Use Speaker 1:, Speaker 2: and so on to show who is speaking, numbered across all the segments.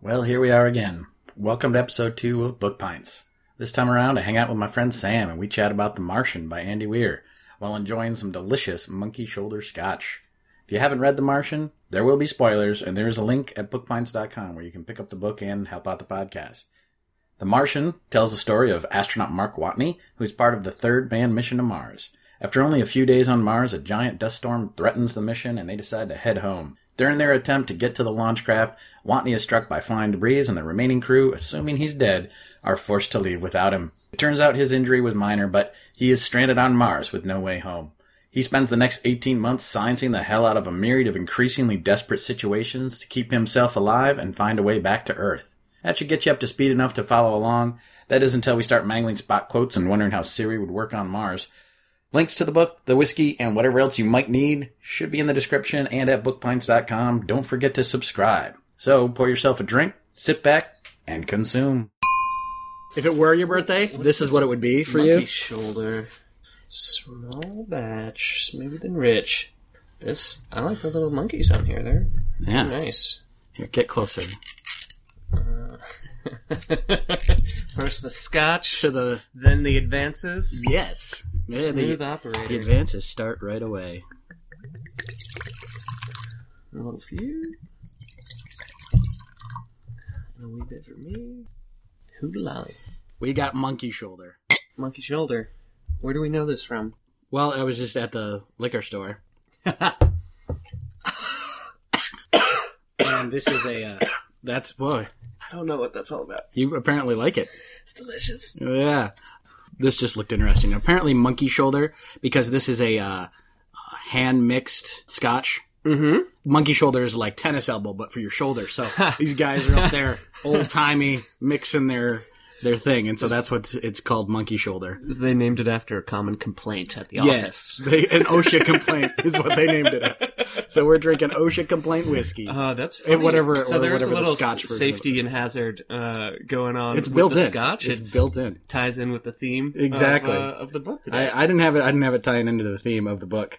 Speaker 1: Well, here we are again. Welcome to episode two of Book Pints. This time around, I hang out with my friend Sam and we chat about The Martian by Andy Weir while enjoying some delicious monkey shoulder scotch. If you haven't read The Martian, there will be spoilers, and there is a link at bookpints.com where you can pick up the book and help out the podcast. The Martian tells the story of astronaut Mark Watney, who is part of the third manned mission to Mars. After only a few days on Mars, a giant dust storm threatens the mission and they decide to head home. During their attempt to get to the launch craft, Watney is struck by flying debris and the remaining crew, assuming he's dead, are forced to leave without him. It turns out his injury was minor, but he is stranded on Mars with no way home. He spends the next 18 months sciencing the hell out of a myriad of increasingly desperate situations to keep himself alive and find a way back to Earth. That should get you up to speed enough to follow along. That is until we start mangling spot quotes and wondering how Siri would work on Mars. Links to the book, the whiskey, and whatever else you might need should be in the description and at bookpints.com. Don't forget to subscribe. So pour yourself a drink, sit back, and consume.
Speaker 2: If it were your birthday, this is what it would be for
Speaker 3: Monkey
Speaker 2: you.
Speaker 3: shoulder. Small batch, smoother than rich. This I like the little monkeys on here. They're
Speaker 2: Yeah.
Speaker 3: nice. Uh,
Speaker 2: Here, get closer
Speaker 3: First the scotch,
Speaker 2: to the.
Speaker 3: then the advances.
Speaker 2: Yes. Yeah,
Speaker 3: Smooth
Speaker 2: the, the
Speaker 3: operator.
Speaker 2: advances start right away.
Speaker 3: A little few. And a wee bit for me. Hoodalali.
Speaker 2: We got monkey shoulder.
Speaker 3: Monkey shoulder. Where do we know this from?
Speaker 2: Well, I was just at the liquor store, and this is a. Uh, that's boy.
Speaker 3: I don't know what that's all about.
Speaker 2: You apparently like it.
Speaker 3: It's delicious.
Speaker 2: Yeah. This just looked interesting. Apparently, monkey shoulder because this is a uh, hand mixed scotch.
Speaker 3: Mm-hmm.
Speaker 2: monkey shoulder is like tennis elbow, but for your shoulder. So these guys are up there, old timey, mixing their their thing, and so that's what it's called, monkey shoulder.
Speaker 3: They named it after a common complaint at the
Speaker 2: Yes, they, an OSHA complaint is what they named it. After. So we're drinking OSHA complaint whiskey.
Speaker 3: Uh, that's
Speaker 2: And
Speaker 3: funny.
Speaker 2: whatever-
Speaker 3: So
Speaker 2: or
Speaker 3: there's
Speaker 2: whatever
Speaker 3: a
Speaker 2: the
Speaker 3: little
Speaker 2: Scotch
Speaker 3: s-
Speaker 2: version
Speaker 3: safety and hazard uh, going on.
Speaker 2: it's
Speaker 3: with
Speaker 2: built
Speaker 3: the
Speaker 2: in.
Speaker 3: Scotch.
Speaker 2: It's,
Speaker 3: It's-
Speaker 2: built in.
Speaker 3: ties in with the theme
Speaker 2: Exactly.
Speaker 3: of, uh, of the book today.
Speaker 2: I, I didn't have it. I didn't have it tying into the theme of the book,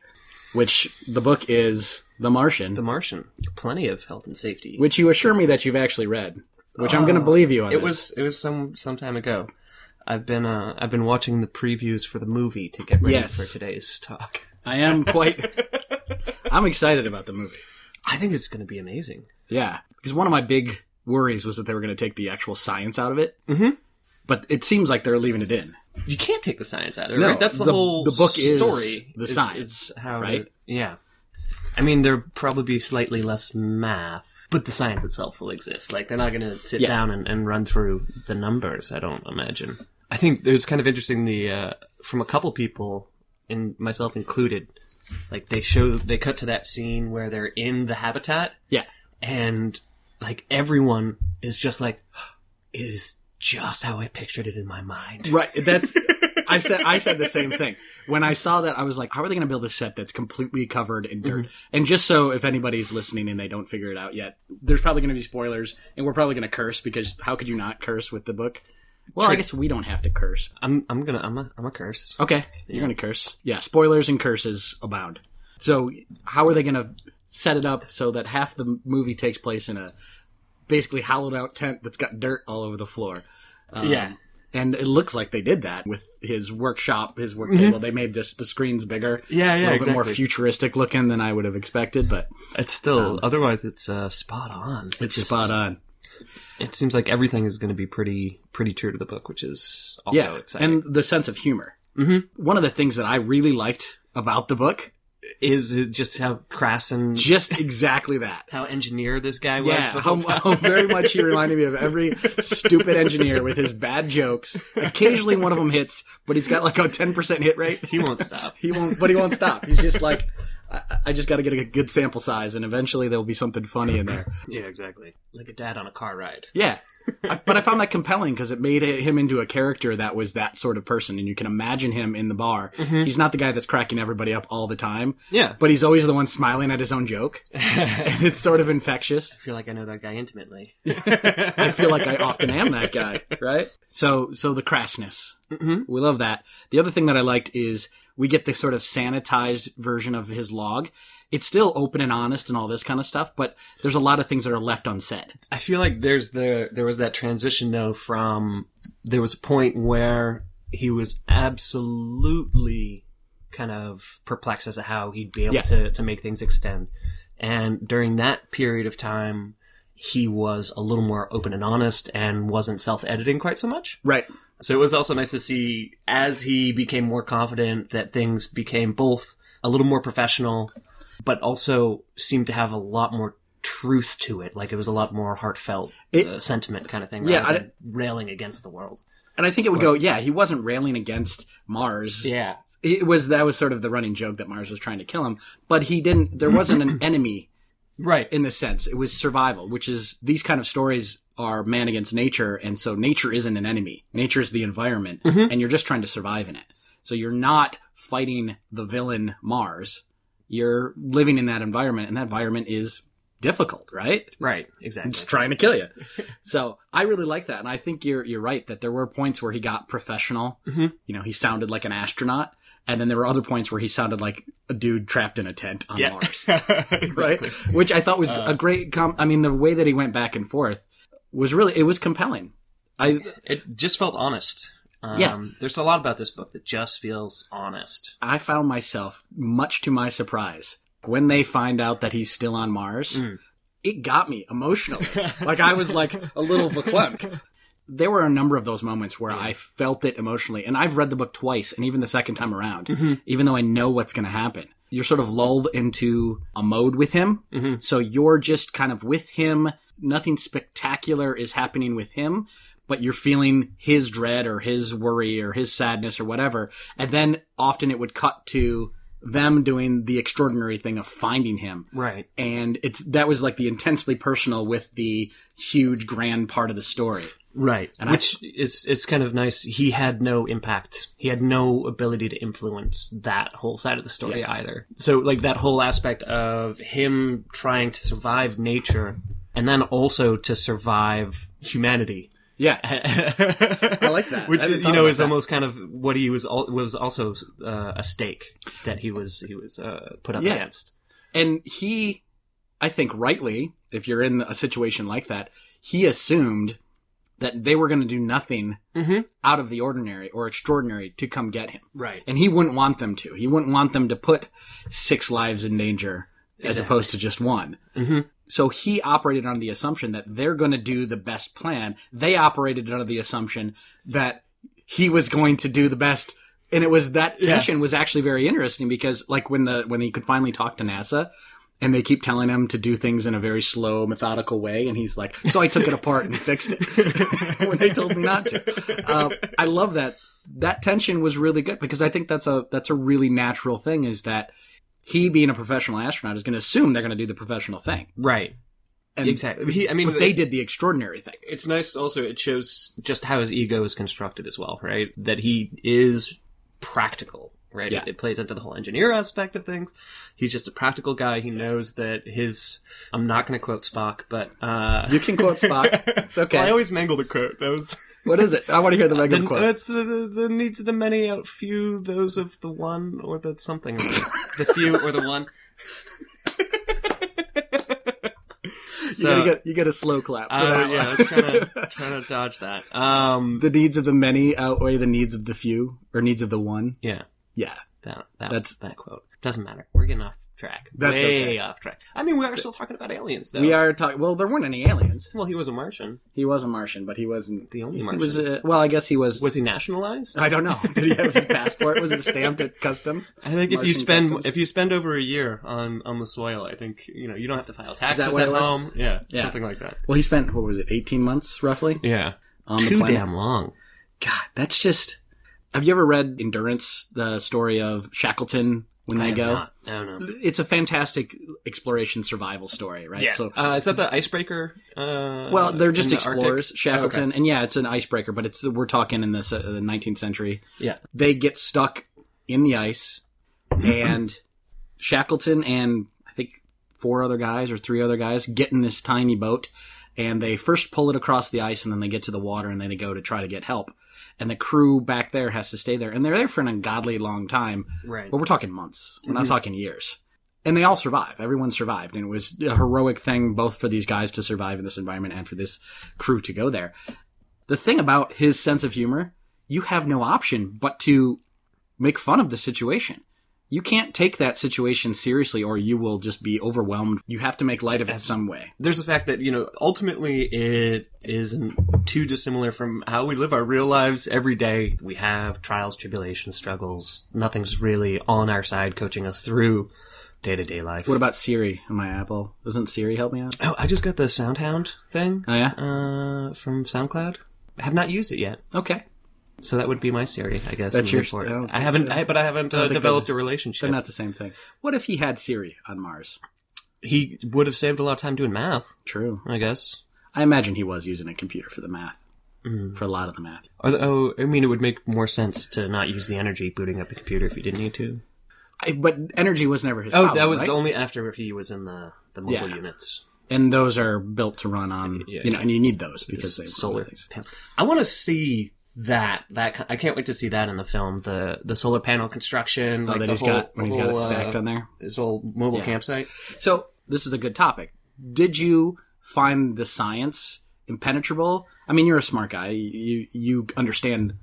Speaker 2: which the book is The Martian,
Speaker 3: the Martian. Plenty of health and safety.
Speaker 2: which you assure me that you've actually read, which I'm going to believe you on.
Speaker 3: Uh, it
Speaker 2: this.
Speaker 3: was it was some some time ago. I've been uh, I've been watching the previews for the movie to get ready
Speaker 2: Yes.
Speaker 3: for today's talk.
Speaker 2: I am quite. I'm excited about the movie.
Speaker 3: I think it's going to be amazing.
Speaker 2: Yeah, because one of my big worries was that they were going to take the actual science out of it.
Speaker 3: Mhm.
Speaker 2: But it seems like they're leaving it in.
Speaker 3: You can't take the science out of it.
Speaker 2: No,
Speaker 3: right? That's the,
Speaker 2: the-
Speaker 3: whole
Speaker 2: the book is
Speaker 3: story.
Speaker 2: the
Speaker 3: is-
Speaker 2: science,
Speaker 3: is how
Speaker 2: right?
Speaker 3: it- yeah. I mean, there'll probably be slightly less math, but the science itself will exist. Like, they're not going to sit
Speaker 2: Yeah.
Speaker 3: down and, and run through the numbers, I don't imagine. I think there's kind of interesting the, uh, from a couple people, and myself included, like, they show, they cut to that scene where they're in the habitat,
Speaker 2: Yeah,
Speaker 3: and, like, everyone is just like, it is just how I pictured it in my mind.
Speaker 2: right. That's I said. I said the same thing when I saw that. I was like, "How are they going to build a set that's completely covered in dirt?"
Speaker 3: Mm-hmm.
Speaker 2: And just so if anybody's listening and they don't figure it out yet, there's probably going to be spoilers, and we're probably going to curse because how could you not curse with the book? Well, I
Speaker 3: True.
Speaker 2: guess we don't have to curse.
Speaker 3: I'm I'm gonna I'm a I'm a curse.
Speaker 2: Okay, you're going to curse. Yeah, spoilers and curses abound. So, how are they going to set it up so that half the movie takes place in a basically hollowed out tent that's got dirt all over the floor? Um,
Speaker 3: Yeah.
Speaker 2: And it looks like they did that with his workshop, his work table. They made this, the screens bigger.
Speaker 3: Mm-hmm. Yeah,
Speaker 2: A
Speaker 3: yeah,
Speaker 2: little bit more
Speaker 3: exactly.
Speaker 2: futuristic looking than I would have expected, but
Speaker 3: It's still otherwise it's uh, spot on. It
Speaker 2: Um, it's
Speaker 3: just-
Speaker 2: spot on.
Speaker 3: It seems like everything is going to be pretty pretty true to the book, which is also
Speaker 2: yeah,
Speaker 3: exciting.
Speaker 2: and the sense of humor.
Speaker 3: Mhm.
Speaker 2: One of the things that I really liked about the book,
Speaker 3: is, is just how crass and
Speaker 2: just exactly that.
Speaker 3: how engineer this guy was.
Speaker 2: Yeah,
Speaker 3: the
Speaker 2: how,
Speaker 3: whole time.
Speaker 2: how very much he reminded me of every stupid engineer with his bad jokes. Occasionally, one of them hits, but he's got like a ten percent hit rate.
Speaker 3: he won't stop.
Speaker 2: He won't, but he won't stop. He's just like, I, I just got to get a good sample size, and eventually there will be something funny in there.
Speaker 3: yeah, exactly. Like a dad on a car ride.
Speaker 2: Yeah. I, but I found that compelling because it made it- him into a character that was that sort of person, and you can imagine him in the bar.
Speaker 3: Mm-hmm.
Speaker 2: He's not the guy that's cracking everybody up all the time,
Speaker 3: Yeah,
Speaker 2: but he's always the one smiling at his own joke.
Speaker 3: I
Speaker 2: It's sort of infectious.
Speaker 3: feel like I know that guy intimately.
Speaker 2: I feel like I often am that guy, right? So, so the crassness,
Speaker 3: Mhm.
Speaker 2: we love that. The other thing that I liked is we get the sort of sanitized version of his log, it's still open and honest and all this kind of stuff, but there's a lot of things that are left unsaid.
Speaker 3: I feel like there's the there was that transition though from there was a point where he was absolutely kind of perplexed as to how he'd be able
Speaker 2: Yeah.
Speaker 3: to to make things extend. And during that period of time, he was a little more open and honest and wasn't self-editing quite so much.
Speaker 2: Right.
Speaker 3: So it was also nice to see as he became more confident that things became both a little more professional, but also seemed to have a lot more truth to it. Like it was a lot more heartfelt
Speaker 2: It-
Speaker 3: uh, sentiment kind of thing.
Speaker 2: Yeah,
Speaker 3: rather
Speaker 2: I-
Speaker 3: than railing against the world.
Speaker 2: And I think it would go, yeah, he wasn't railing against Mars.
Speaker 3: Yeah,
Speaker 2: It was that was sort of the running joke that Mars was trying to kill him, but he didn't there wasn't an enemy
Speaker 3: right.
Speaker 2: in this sense. It was survival, which is these kind of stories are man against nature, and so nature isn't an enemy. Nature is the environment, and you're just trying to survive in it. So you're not fighting the villain Mars. You're living in that environment, and that environment is difficult, right?
Speaker 3: right,
Speaker 2: It's
Speaker 3: exactly.
Speaker 2: trying to kill you. So I really like that, and I think you're you're right that there were points where he got professional.
Speaker 3: Mhm.
Speaker 2: You know, he sounded like an astronaut, and then there were other points where he sounded like a dude trapped in a tent on
Speaker 3: Yeah.
Speaker 2: Mars right?
Speaker 3: Exactly.
Speaker 2: Which I thought was
Speaker 3: Uh,
Speaker 2: a great. Com- I mean, the way that he went back and forth was really it was compelling. I
Speaker 3: It just felt honest. Um,
Speaker 2: Yeah.
Speaker 3: There's a lot about this book that just feels honest.
Speaker 2: I found myself much to my surprise when they find out that he's still on Mars.
Speaker 3: Mm.
Speaker 2: It got me emotionally. like I was like a little verklempt. There were a number of those moments where I felt it emotionally, and I've read the book twice, and even the second time around,
Speaker 3: Mm-hmm.
Speaker 2: even though I know what's going to happen, you're sort of lulled into a mode with him
Speaker 3: Mhm.
Speaker 2: So you're just kind of with him. Nothing spectacular is happening with him, but you're feeling his dread or his worry or his sadness or whatever. And then often it would cut to them doing the extraordinary thing of finding him.
Speaker 3: Right.
Speaker 2: And it's that was like the intensely personal with the huge grand part of the story.
Speaker 3: Right,
Speaker 2: And
Speaker 3: which is is kind of nice. He had no impact. He had no ability to influence that whole side of the story either. So, like that whole aspect of him trying to survive nature, and then also to survive humanity.
Speaker 2: Yeah.
Speaker 3: I
Speaker 2: like that. I
Speaker 3: Which
Speaker 2: hadn't
Speaker 3: you
Speaker 2: thought
Speaker 3: know
Speaker 2: about
Speaker 3: is
Speaker 2: that.
Speaker 3: almost kind of what he was al- was also uh, a stake that he was he was uh, put up
Speaker 2: Yeah.
Speaker 3: against.
Speaker 2: And he, I think rightly, if you're in a situation like that, he assumed that they were going to do nothing
Speaker 3: Mhm.
Speaker 2: out of the ordinary or extraordinary to come get him.
Speaker 3: Right.
Speaker 2: And he wouldn't want them to. He wouldn't want them to put six lives in danger as
Speaker 3: Exactly.
Speaker 2: opposed to just one.
Speaker 3: Mhm.
Speaker 2: So he operated on the assumption that they're going to do the best plan. They operated under the assumption that he was going to do the best. And it was that
Speaker 3: Yeah.
Speaker 2: tension was actually very interesting because like when the, when he could finally talk to NASA and they keep telling him to do things in a very slow, methodical way. And he's like, so I took it apart and fixed it when they told me not to. Uh, I love that. That tension was really good because I think that's a, that's a really natural thing is that he being a professional astronaut is going to assume they're going to do the professional thing.
Speaker 3: Right.
Speaker 2: And
Speaker 3: exactly. He, I mean,
Speaker 2: But they did the extraordinary thing.
Speaker 3: it's nice also it shows just how his ego is constructed as well right that he is practical right
Speaker 2: Yeah.
Speaker 3: it, it plays into the whole engineer aspect of things he's just a practical guy he knows that his i'm not going to quote spock but uh
Speaker 2: You can quote Spock. It's okay.
Speaker 3: i always mangle the quote that was
Speaker 2: what is it? I want to hear the
Speaker 3: the,
Speaker 2: regular quote.
Speaker 3: it's the, the, the needs of the many out few those of the one or the something or the the few or the one
Speaker 2: you, gotta get, you get a slow clap. For
Speaker 3: uh,
Speaker 2: that
Speaker 3: yeah, I
Speaker 2: one.
Speaker 3: was trying to, trying to dodge that. Um,
Speaker 2: the needs of the many outweigh the needs of the few, or needs of the one.
Speaker 3: yeah.
Speaker 2: Yeah.
Speaker 3: That, that
Speaker 2: That's-
Speaker 3: that's that quote. Doesn't matter. We're getting off track.
Speaker 2: That's
Speaker 3: Way
Speaker 2: okay.
Speaker 3: off track. I mean, we are still talking about aliens, though.
Speaker 2: We are talking. Well, there weren't any aliens.
Speaker 3: Well, he was a Martian.
Speaker 2: He was a Martian, but he wasn't.
Speaker 3: The only
Speaker 2: He
Speaker 3: Martian.
Speaker 2: was.
Speaker 3: Was,
Speaker 2: Uh, well, I guess he was.
Speaker 3: he nationalized?
Speaker 2: I don't know. Did he have his passport? Was it stamped at customs?
Speaker 3: I think if
Speaker 2: Martian
Speaker 3: you spend
Speaker 2: customs?
Speaker 3: if you spend over a year on on the soil, I think you know you don't have to file taxes
Speaker 2: what it
Speaker 3: at
Speaker 2: was?
Speaker 3: home. Yeah,
Speaker 2: Yeah.
Speaker 3: something like that.
Speaker 2: Well, he spent what was it, eighteen months roughly
Speaker 3: Yeah,
Speaker 2: on the
Speaker 3: too
Speaker 2: planet.
Speaker 3: damn long.
Speaker 2: God, that's just. Have you ever read Endurance, the story of Shackleton when
Speaker 3: I
Speaker 2: they
Speaker 3: have
Speaker 2: go?
Speaker 3: not. No, no.
Speaker 2: It's a fantastic exploration survival story, right? So,
Speaker 3: uh, is that the icebreaker? Uh,
Speaker 2: well, they're just
Speaker 3: in the Arctic?
Speaker 2: explorers, Shackleton, and yeah, it's an icebreaker, but it's we're talking in this, uh, the 19th century.
Speaker 3: Yeah.
Speaker 2: They get stuck in the ice, and Shackleton and I think four other guys or three other guys get in this tiny boat, and they first pull it across the ice, and then they get to the water, and then they go to try to get help. And the crew back there has to stay there, and they're there for an ungodly long time.
Speaker 3: Right.
Speaker 2: But we're talking months. We're not talking years. and they all survive. Everyone survived, and it was a heroic thing both for these guys to survive in this environment and for this crew to go there. The thing about his sense of humor, you have no option but to make fun of the situation. You can't take that situation seriously, or you will just be overwhelmed. You have to make light of it
Speaker 3: Abs-
Speaker 2: some way.
Speaker 3: There's the fact that you know ultimately it isn't too dissimilar from how we live our real lives every day. We have trials, tribulations, struggles. Nothing's really on our side, coaching us through day to day life.
Speaker 2: What about Siri on my Apple? Doesn't Siri help me out?
Speaker 3: Oh, I just got the SoundHound thing
Speaker 2: Oh yeah.
Speaker 3: uh, from SoundCloud. I have not used it yet,
Speaker 2: Okay.
Speaker 3: so that would be my Siri, I guess.
Speaker 2: That's
Speaker 3: moving
Speaker 2: your-
Speaker 3: forward.
Speaker 2: I don't
Speaker 3: I haven't, I, but I haven't uh,
Speaker 2: think
Speaker 3: developed a relationship.
Speaker 2: They're not the same thing. What if he had Siri on Mars?
Speaker 3: He would have saved a lot of time doing math,
Speaker 2: True.
Speaker 3: I guess.
Speaker 2: I imagine he was using a computer for the math,
Speaker 3: Mm.
Speaker 2: for a lot of the math.
Speaker 3: Although, I mean, it would make more sense to not use the energy booting up the computer if you didn't need to.
Speaker 2: I, but energy was never his.
Speaker 3: Oh,
Speaker 2: problem,
Speaker 3: that was
Speaker 2: right?
Speaker 3: only after he was in the, the mobile
Speaker 2: Yeah.
Speaker 3: units.
Speaker 2: and those are built to run on
Speaker 3: Yeah,
Speaker 2: you know, and you need those because they
Speaker 3: Just solar
Speaker 2: things.
Speaker 3: panel. I want to see that. That ki- I can't wait to see that in the film. The the solar panel construction.
Speaker 2: Oh,
Speaker 3: like
Speaker 2: that
Speaker 3: the
Speaker 2: he's
Speaker 3: whole,
Speaker 2: got when he's got it
Speaker 3: whole, uh,
Speaker 2: stacked on there.
Speaker 3: his whole mobile
Speaker 2: Yeah.
Speaker 3: campsite.
Speaker 2: So this is a good topic. Did you find the science impenetrable? I mean, you're a smart guy. You you understand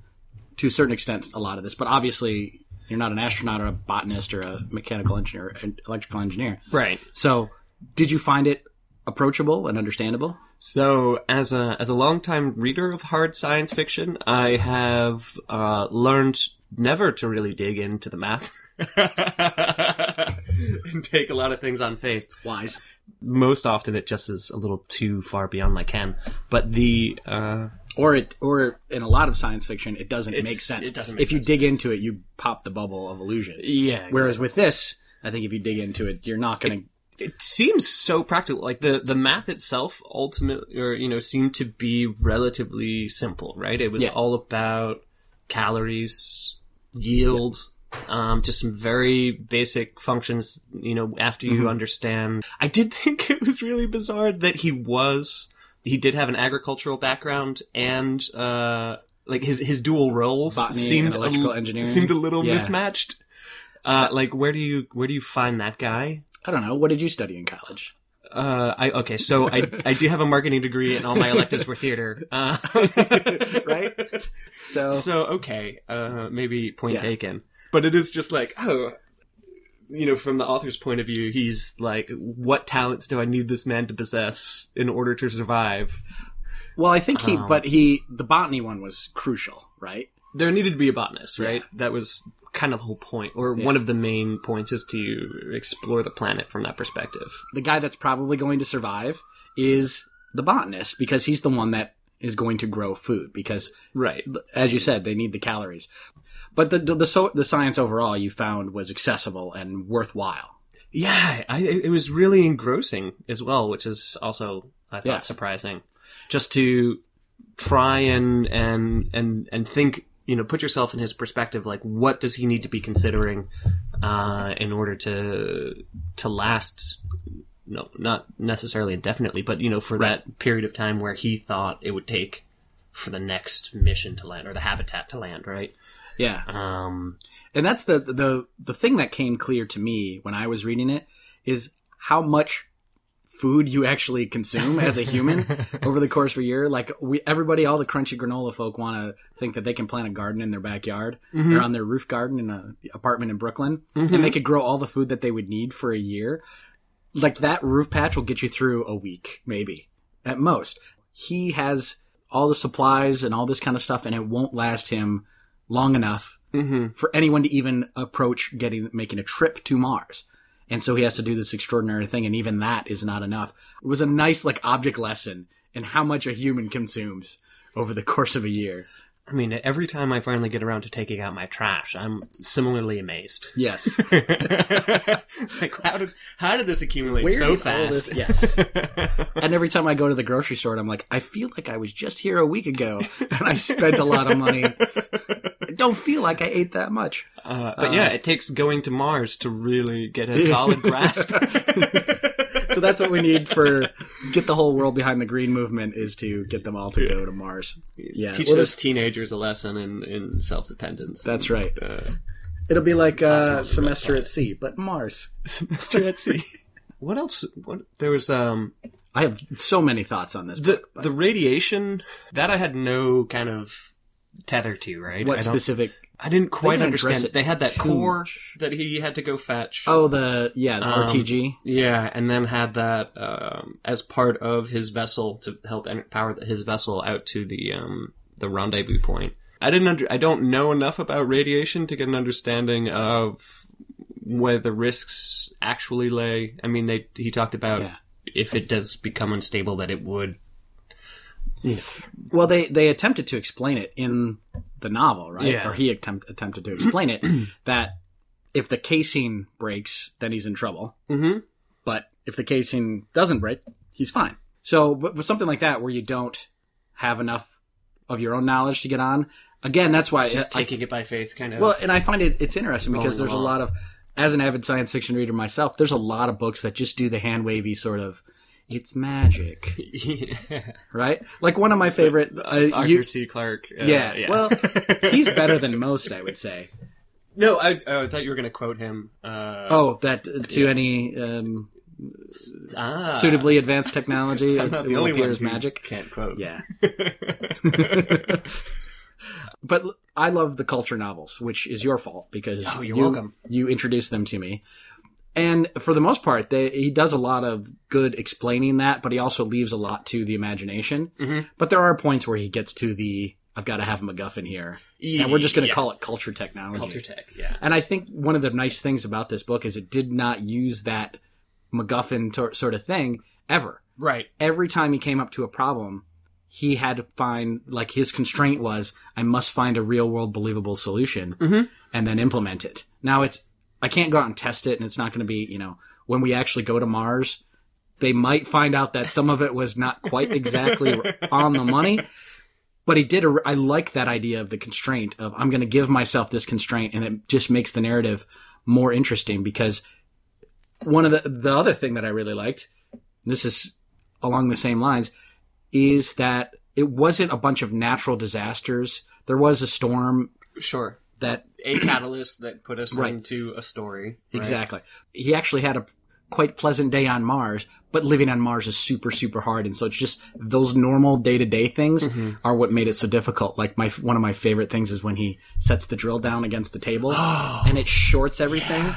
Speaker 2: to a certain extent a lot of this, but obviously you're not an astronaut or a botanist or a mechanical engineer, an electrical engineer.
Speaker 3: Right.
Speaker 2: So did you find it approachable and understandable?
Speaker 3: So, as a as a longtime reader of hard science fiction, I have uh, learned never to really dig into the math and take a lot of things on faith.
Speaker 2: Wise.
Speaker 3: Most often, it just is a little too far beyond my ken. But the uh,
Speaker 2: or it or in a lot of science fiction it doesn't
Speaker 3: It's-
Speaker 2: make sense
Speaker 3: it doesn't make
Speaker 2: if you
Speaker 3: sense.
Speaker 2: dig into it you pop the bubble of illusion
Speaker 3: yeah, exactly.
Speaker 2: whereas with this i think if you dig into it you're not going
Speaker 3: it seems so practical. Like the the math itself, ultimately, or you know, seemed to be relatively simple, right? It was
Speaker 2: Yeah.
Speaker 3: all about calories, yield, um, just some very basic functions. You know, after
Speaker 2: Mm-hmm.
Speaker 3: you understand, I did think it was really bizarre that he was he did have an agricultural background and uh, like his his dual roles
Speaker 2: Botany and
Speaker 3: seemed
Speaker 2: electrical
Speaker 3: a,
Speaker 2: engineering.
Speaker 3: seemed a little
Speaker 2: Yeah.
Speaker 3: mismatched. Uh, like where do you where do you find that guy?
Speaker 2: to i don't know what did you study in college
Speaker 3: Uh, I okay. So I I do have a marketing degree, and all my electives were theater. Uh,
Speaker 2: right so,
Speaker 3: So okay, uh, maybe point
Speaker 2: Yeah.
Speaker 3: taken. But it is just like oh, you know, from the author's point of view, he's like, what talents do I need this man to possess in order to survive?
Speaker 2: well i think he
Speaker 3: Um,
Speaker 2: but he the botany one was crucial right
Speaker 3: There needed to be a botanist, right?
Speaker 2: Yeah.
Speaker 3: That was kind of the whole point, or
Speaker 2: Yeah.
Speaker 3: one of the main points, is to explore the planet from that perspective.
Speaker 2: the guy that's probably going to survive is the botanist because he's the one that is going to grow food because
Speaker 3: Right.
Speaker 2: as you said, they need the calories. But the the the, so, the science overall you found was accessible and worthwhile.
Speaker 3: Yeah, I, it it was really engrossing as well, which is also I thought
Speaker 2: Yeah.
Speaker 3: surprising. Just to try and and and and think, you know, put yourself in his perspective. Like, what does he need to be considering uh, in order to to last? No, not necessarily indefinitely, but you know, for that period of time where he thought it would take for the next mission to land or the habitat to land, right?
Speaker 2: Yeah,
Speaker 3: Um,
Speaker 2: and that's the the the thing that came clear to me when I was reading it is how much food you actually consume as a human
Speaker 3: Mm-hmm.
Speaker 2: over the course of a year. Like we everybody, all the crunchy granola folk want to think that they can plant a garden in their backyard
Speaker 3: Mm-hmm.
Speaker 2: or on their roof garden in an apartment in Brooklyn, and they could grow all the food that they would need for a year. Like that roof patch will get you through a week, maybe at most. He has all the supplies and all this kind of stuff, and it won't last him long enough
Speaker 3: mm-hmm.
Speaker 2: for anyone to even approach getting making a trip to Mars. And so he has to do this extraordinary thing, and even that is not enough. It was a nice like object lesson in how much a human consumes over the course of a year.
Speaker 3: I mean, every time I finally get around to taking out my trash, I'm similarly amazed.
Speaker 2: Yes,
Speaker 3: like, how did how did this accumulate
Speaker 2: Where
Speaker 3: so
Speaker 2: did all this-
Speaker 3: fast?
Speaker 2: yes. And every time I go to the grocery store, I'm like, I feel like I was just here a week ago, and I spent a lot of money. I don't feel like I ate that much.
Speaker 3: Uh, but yeah, it takes going to Mars to really get a solid grasp.
Speaker 2: So that's what we need for get the whole world behind the green movement is to get them all to go to Mars. Yeah,
Speaker 3: Teach
Speaker 2: well,
Speaker 3: those teenagers a lesson in, in self dependence.
Speaker 2: that's right. It'll be like
Speaker 1: Awesome.
Speaker 2: uh, semester at sea, but Mars.
Speaker 3: Semester at sea. What else? What, there was um
Speaker 2: I have so many thoughts on this.
Speaker 3: the
Speaker 2: book, but
Speaker 3: the radiation that I had no kind of tether to. Right?
Speaker 2: what
Speaker 3: I, don't-
Speaker 2: specific?
Speaker 3: I didn't quite
Speaker 2: didn't address
Speaker 3: understand.
Speaker 2: it
Speaker 3: They had that
Speaker 2: too
Speaker 3: core
Speaker 2: much.
Speaker 3: that he had to go fetch.
Speaker 2: Oh, the yeah, the
Speaker 3: Um,
Speaker 2: RTG.
Speaker 3: Yeah, and then had that um, as part of his vessel to help en- power his vessel out to the um, the rendezvous point. I didn't. Under- I don't know enough about radiation to get an understanding of where the risks actually lay. I mean, they he talked about
Speaker 2: Yeah.
Speaker 3: if it does become unstable, that it would.
Speaker 2: Well, they they attempted to explain it in the novel, right?
Speaker 3: Yeah.
Speaker 2: Or he attempt, attempted to explain it that if the casing breaks, then he's in trouble.
Speaker 3: Mm-hmm.
Speaker 2: But if the casing doesn't break, he's fine. So, but, but something like that where you don't have enough of your own knowledge to get on. Again, that's why
Speaker 3: Just
Speaker 2: I- I-
Speaker 3: taking it by faith, kind of.
Speaker 2: Well, and I find it it's interesting because
Speaker 3: Rolling
Speaker 2: there's a
Speaker 3: along.
Speaker 2: lot of, as an avid science fiction reader myself, there's a lot of books that just do the hand wavy sort of, it's magic, right? Like one of my favorite, uh,
Speaker 3: Arthur
Speaker 2: you,
Speaker 3: C. Clarke. uh,
Speaker 2: yeah, Well, he's better than most, I would say.
Speaker 3: no, I, oh, I thought you were going to quote him. Uh,
Speaker 2: Oh, that to any um,
Speaker 3: ah.
Speaker 2: suitably uh, advanced technology,
Speaker 3: I'm
Speaker 2: it,
Speaker 3: not
Speaker 2: it
Speaker 3: the
Speaker 2: will
Speaker 3: only
Speaker 2: appear
Speaker 3: one
Speaker 2: as
Speaker 3: who
Speaker 2: magic.
Speaker 3: Can't quote.
Speaker 2: Yeah. but l- I love the culture novels, which is your fault because
Speaker 3: Oh, you're
Speaker 2: you,
Speaker 3: welcome.
Speaker 2: You introduced them to me. And for the most part, they, he does a lot of good explaining that, but he also leaves a lot to the imagination.
Speaker 3: Mhm.
Speaker 2: But there are points where he gets to the I've got to have a MacGuffin here,
Speaker 3: Yeah,
Speaker 2: and we're just going to
Speaker 3: yeah.
Speaker 2: call it culture technology.
Speaker 3: culture tech. Yeah.
Speaker 2: And I think one of the nice things about this book is it did not use that MacGuffin tor- sort of thing ever
Speaker 3: Right.
Speaker 2: every time he came up to a problem, he had to find like his constraint was I must find a real world believable solution
Speaker 3: Mhm.
Speaker 2: and then implement it. Now it's I can't go out and test it, and it's not going to be you know when we actually go to Mars, they might find out that some of it was not quite exactly on the money. But he did. A, I like that idea of the constraint of I'm going to give myself this constraint, and it just makes the narrative more interesting because one of the the other thing that I really liked, this is along the same lines, is that it wasn't a bunch of natural disasters. There was a storm
Speaker 3: Sure.
Speaker 2: that
Speaker 3: A catalyst that put us
Speaker 2: Right.
Speaker 3: into a story. right?
Speaker 2: exactly. He actually had a quite pleasant day on Mars, but living on Mars is super super hard, and so it's just those normal day to day things
Speaker 3: Mm-hmm.
Speaker 2: are what made it so difficult. Like my one of my favorite things is when he sets the drill down against the table
Speaker 3: Oh,
Speaker 2: and it shorts everything.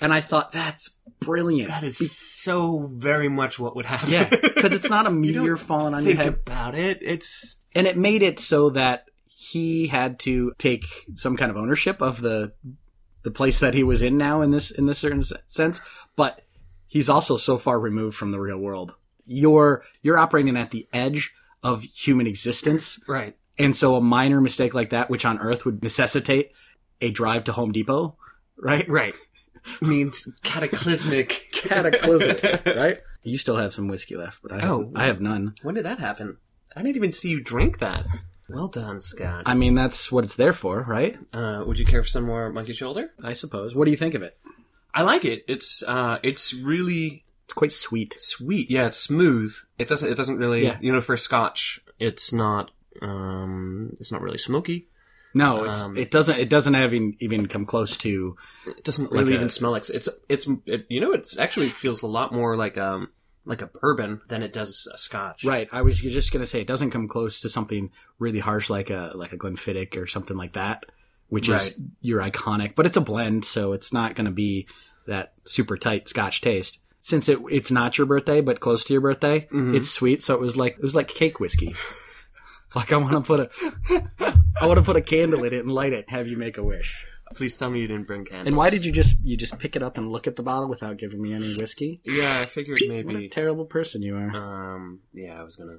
Speaker 2: And I thought that's brilliant.
Speaker 3: That is so very much what would happen.
Speaker 2: yeah, because it's not a meteor falling on your
Speaker 3: Think
Speaker 2: head.
Speaker 3: about it. It's
Speaker 2: and it made it so that he had to take some kind of ownership of the the place that he was in now in this in this certain se- sense but he's also so far removed from the real world you're you're operating at the edge of human existence
Speaker 3: right.
Speaker 2: and so a minor mistake like that which on earth would necessitate a drive to home depot right
Speaker 3: Right. Means cataclysmic.
Speaker 2: cataclysmic right you still have some whiskey left but i have,
Speaker 3: Oh.
Speaker 2: I have none
Speaker 3: when did that happen? I didn't even see you drink that. Well done, Scott.
Speaker 2: i mean that's what it's there for right
Speaker 3: Uh, would you care for some more monkey shoulder?
Speaker 2: i suppose what do you think of it
Speaker 3: I like it. It's uh, it's really
Speaker 2: it's quite sweet
Speaker 3: sweet. Yeah, it's smooth. It doesn't. It doesn't really.
Speaker 2: Yeah.
Speaker 3: You know, for Scotch, it's not. Um, it's not really smoky.
Speaker 2: No, it's,
Speaker 3: Um,
Speaker 2: it doesn't. It doesn't even even come close to.
Speaker 3: It doesn't really
Speaker 2: Like a-
Speaker 3: even smell like. It's it's it, you know, it's actually feels a lot more like um like a bourbon than it does a Scotch.
Speaker 2: Right. I was just gonna say it doesn't come close to something really harsh like a like a Glenfiddich or something like that, which is your iconic. But it's a blend, so it's not gonna be that super tight Scotch taste. Since it it's not your birthday, but close to your birthday,
Speaker 3: Mhm.
Speaker 2: it's sweet. So it was like it was like cake whiskey. like I want to put a I want to put a candle in it and light it. Have you make a wish?
Speaker 3: Please tell me you didn't bring candles.
Speaker 2: And why did you just you just pick it up and look at the bottle without giving me any whiskey?
Speaker 3: Yeah, I figured
Speaker 2: What a
Speaker 3: maybe.
Speaker 2: terrible person you are.
Speaker 3: Um, yeah, I was gonna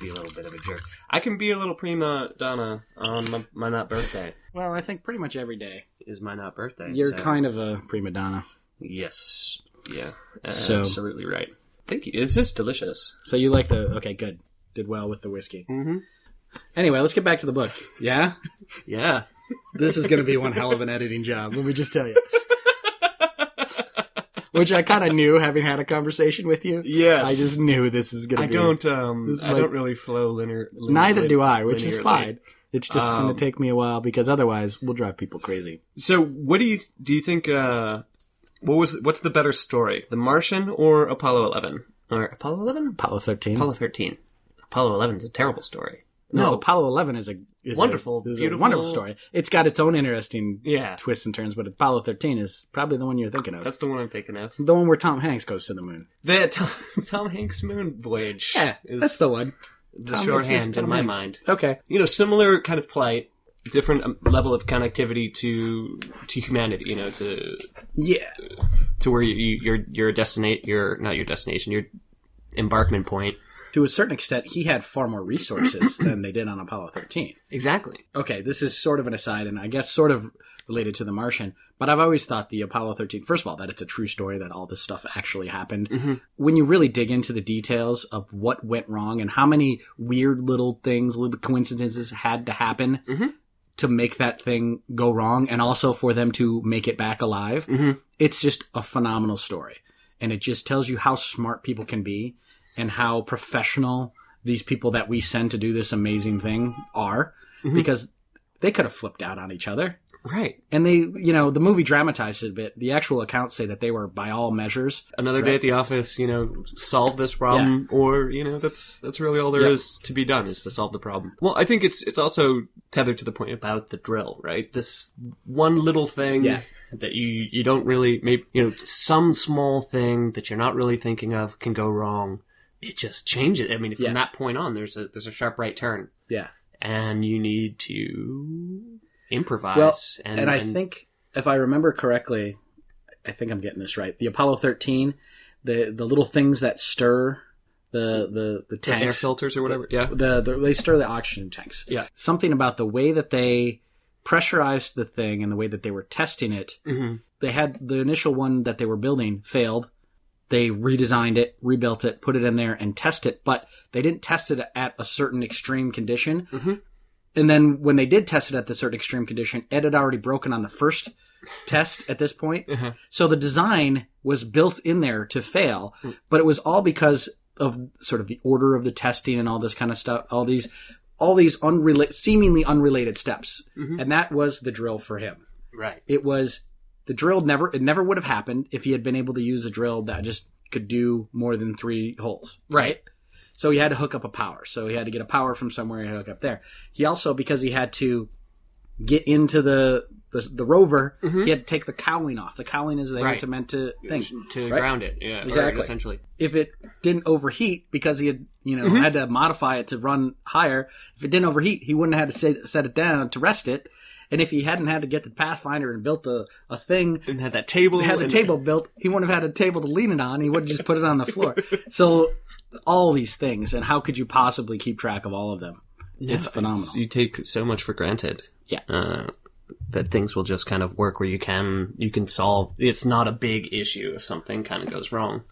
Speaker 3: be a little bit of a jerk. I can be a little prima donna on my, my not birthday.
Speaker 2: Well, I think pretty much every day.
Speaker 3: Is my not birthday?
Speaker 2: You're
Speaker 3: so-
Speaker 2: kind of a prima donna.
Speaker 3: Yes. Yeah.
Speaker 2: So-
Speaker 3: Absolutely right. Thank you. It's just delicious.
Speaker 2: So you like the okay, good. Did well with the whiskey.
Speaker 3: Mm-hmm.
Speaker 2: Anyway, let's get back to the book. Yeah?
Speaker 3: Yeah.
Speaker 2: This is gonna be one hell of an editing job, let me just tell you. which I kind of knew having had a conversation with you.
Speaker 3: Yes.
Speaker 2: I just knew this is going to
Speaker 3: I
Speaker 2: be.
Speaker 3: don't. Um,
Speaker 2: This is
Speaker 3: I
Speaker 2: like-
Speaker 3: don't really flow linear. linear
Speaker 2: Neither do I, which is
Speaker 3: linearly.
Speaker 2: fine. It's just going
Speaker 3: Um,
Speaker 2: to take me a while because otherwise we'll drive people crazy.
Speaker 3: So, what do you do? You think uh, what was what's the better story, The Martian or Apollo Eleven or Apollo Eleven?
Speaker 2: Apollo 13.
Speaker 3: Apollo Thirteen. Apollo Eleven is a terrible story.
Speaker 2: no, Apollo 11 is a is a-
Speaker 3: Wonderful,
Speaker 2: is a
Speaker 3: beautiful-
Speaker 2: wonderful story. It's got its own interesting
Speaker 3: Yeah,
Speaker 2: twists and turns, but Apollo 13 is probably the one you're thinking of.
Speaker 3: that's the one I'm thinking of.
Speaker 2: the one where Tom Hanks goes to the moon.
Speaker 3: The Tom, Tom Hanks moon voyage. is
Speaker 2: that's the one. Tom
Speaker 3: the
Speaker 2: Hanks is
Speaker 3: shorthand
Speaker 2: Tom
Speaker 3: in my
Speaker 2: Hanks.
Speaker 3: mind.
Speaker 2: Okay.
Speaker 3: You know, similar kind of plight, different um, level of connectivity to to humanity. You know, to
Speaker 2: Yeah.
Speaker 3: to where you, you your your destinate your not your destination your embarkment point.
Speaker 2: To a certain extent, he had far more resources than they did on Apollo 13.
Speaker 3: Exactly.
Speaker 2: okay, this is sort of an aside, and I guess sort of related to The Martian, but I've always thought the Apollo 13, first of all, that it's a true story, that all this stuff actually happened.
Speaker 3: Mhm.
Speaker 2: When you really dig into the details of what went wrong and how many weird little things, little coincidences had to happen
Speaker 3: Mhm.
Speaker 2: to make that thing go wrong, and also for them to make it back alive,
Speaker 3: Mhm.
Speaker 2: it's just a phenomenal story. And it just tells you how smart people can be and how professional these people that we send to do this amazing thing are
Speaker 3: Mhm.
Speaker 2: because they could have flipped out on each other.
Speaker 3: Right.
Speaker 2: And they, you know, the movie dramatized it a bit. The actual accounts say that they were, by all measures,
Speaker 3: another
Speaker 2: Right.
Speaker 3: day at the office, you know, solve this problem, or you know, that's that's really all there is
Speaker 2: Yep.
Speaker 3: to be done is to solve the problem. Well, I think it's it's also tethered to the point about the drill, right? This one little thing
Speaker 2: Yeah.
Speaker 3: that you you don't really maybe you know some small thing that you're not really thinking of can go wrong. It just changes. I mean, from
Speaker 2: Yeah.
Speaker 3: that point on, there's a there's a sharp right turn.
Speaker 2: Yeah.
Speaker 3: and you need to improvise.
Speaker 2: Well, and, I think if I remember correctly, I think I'm getting this right. The Apollo 13, the the little things that stir the the the
Speaker 3: the air
Speaker 2: tanks,
Speaker 3: filters or whatever. Yeah,
Speaker 2: the, the they stir the oxygen tanks.
Speaker 3: Yeah.
Speaker 2: something about the way that they pressurized the thing and the way that they were testing it
Speaker 3: Mhm.
Speaker 2: they had the initial one that they were building failed. They redesigned it, rebuilt it, put it in there, and test it. But they didn't test it at a certain extreme condition.
Speaker 3: Mhm.
Speaker 2: And then when they did test it at the certain extreme condition, it had already broken on the first test at this point.
Speaker 3: Uh-huh.
Speaker 2: So the design was built in there to fail, but it was all because of sort of the order of the testing and all this kind of stuff. All these, all these unrela- seemingly unrelated steps,
Speaker 3: Mhm.
Speaker 2: and that was the drill for him
Speaker 3: right.
Speaker 2: it was the drill never it never would have happened if he had been able to use a drill that just could do more than three holes
Speaker 3: Right.
Speaker 2: so he had to hook up a power so he had to get a power from somewhere and hook up there he also because he had to get into the the, the rover
Speaker 3: Mhm.
Speaker 2: he had to take the cowling off the cowling is there
Speaker 3: Right.
Speaker 2: to meant to thing
Speaker 3: to
Speaker 2: right?
Speaker 3: ground it. Yeah, or
Speaker 2: Exactly.
Speaker 3: essentially.
Speaker 2: if it didn't overheat because he had you know
Speaker 3: Mhm.
Speaker 2: had to modify it to run higher if it didn't overheat he wouldn't have had to set, set it down to rest it and if he hadn't had to get the pathfinder and built a, a thing
Speaker 3: and had that table.
Speaker 2: had the
Speaker 3: and-
Speaker 2: table built, he wouldn't have had a table to lean it on. He would have just put it on the floor. So all these things, and how could you possibly keep track of all of them?
Speaker 3: Yeah,
Speaker 2: it's phenomenal.
Speaker 3: you take so much for granted.
Speaker 2: Yeah.
Speaker 3: Uh, that things will just kind of work where you can you can solve. It's not a big issue if something kind of goes wrong,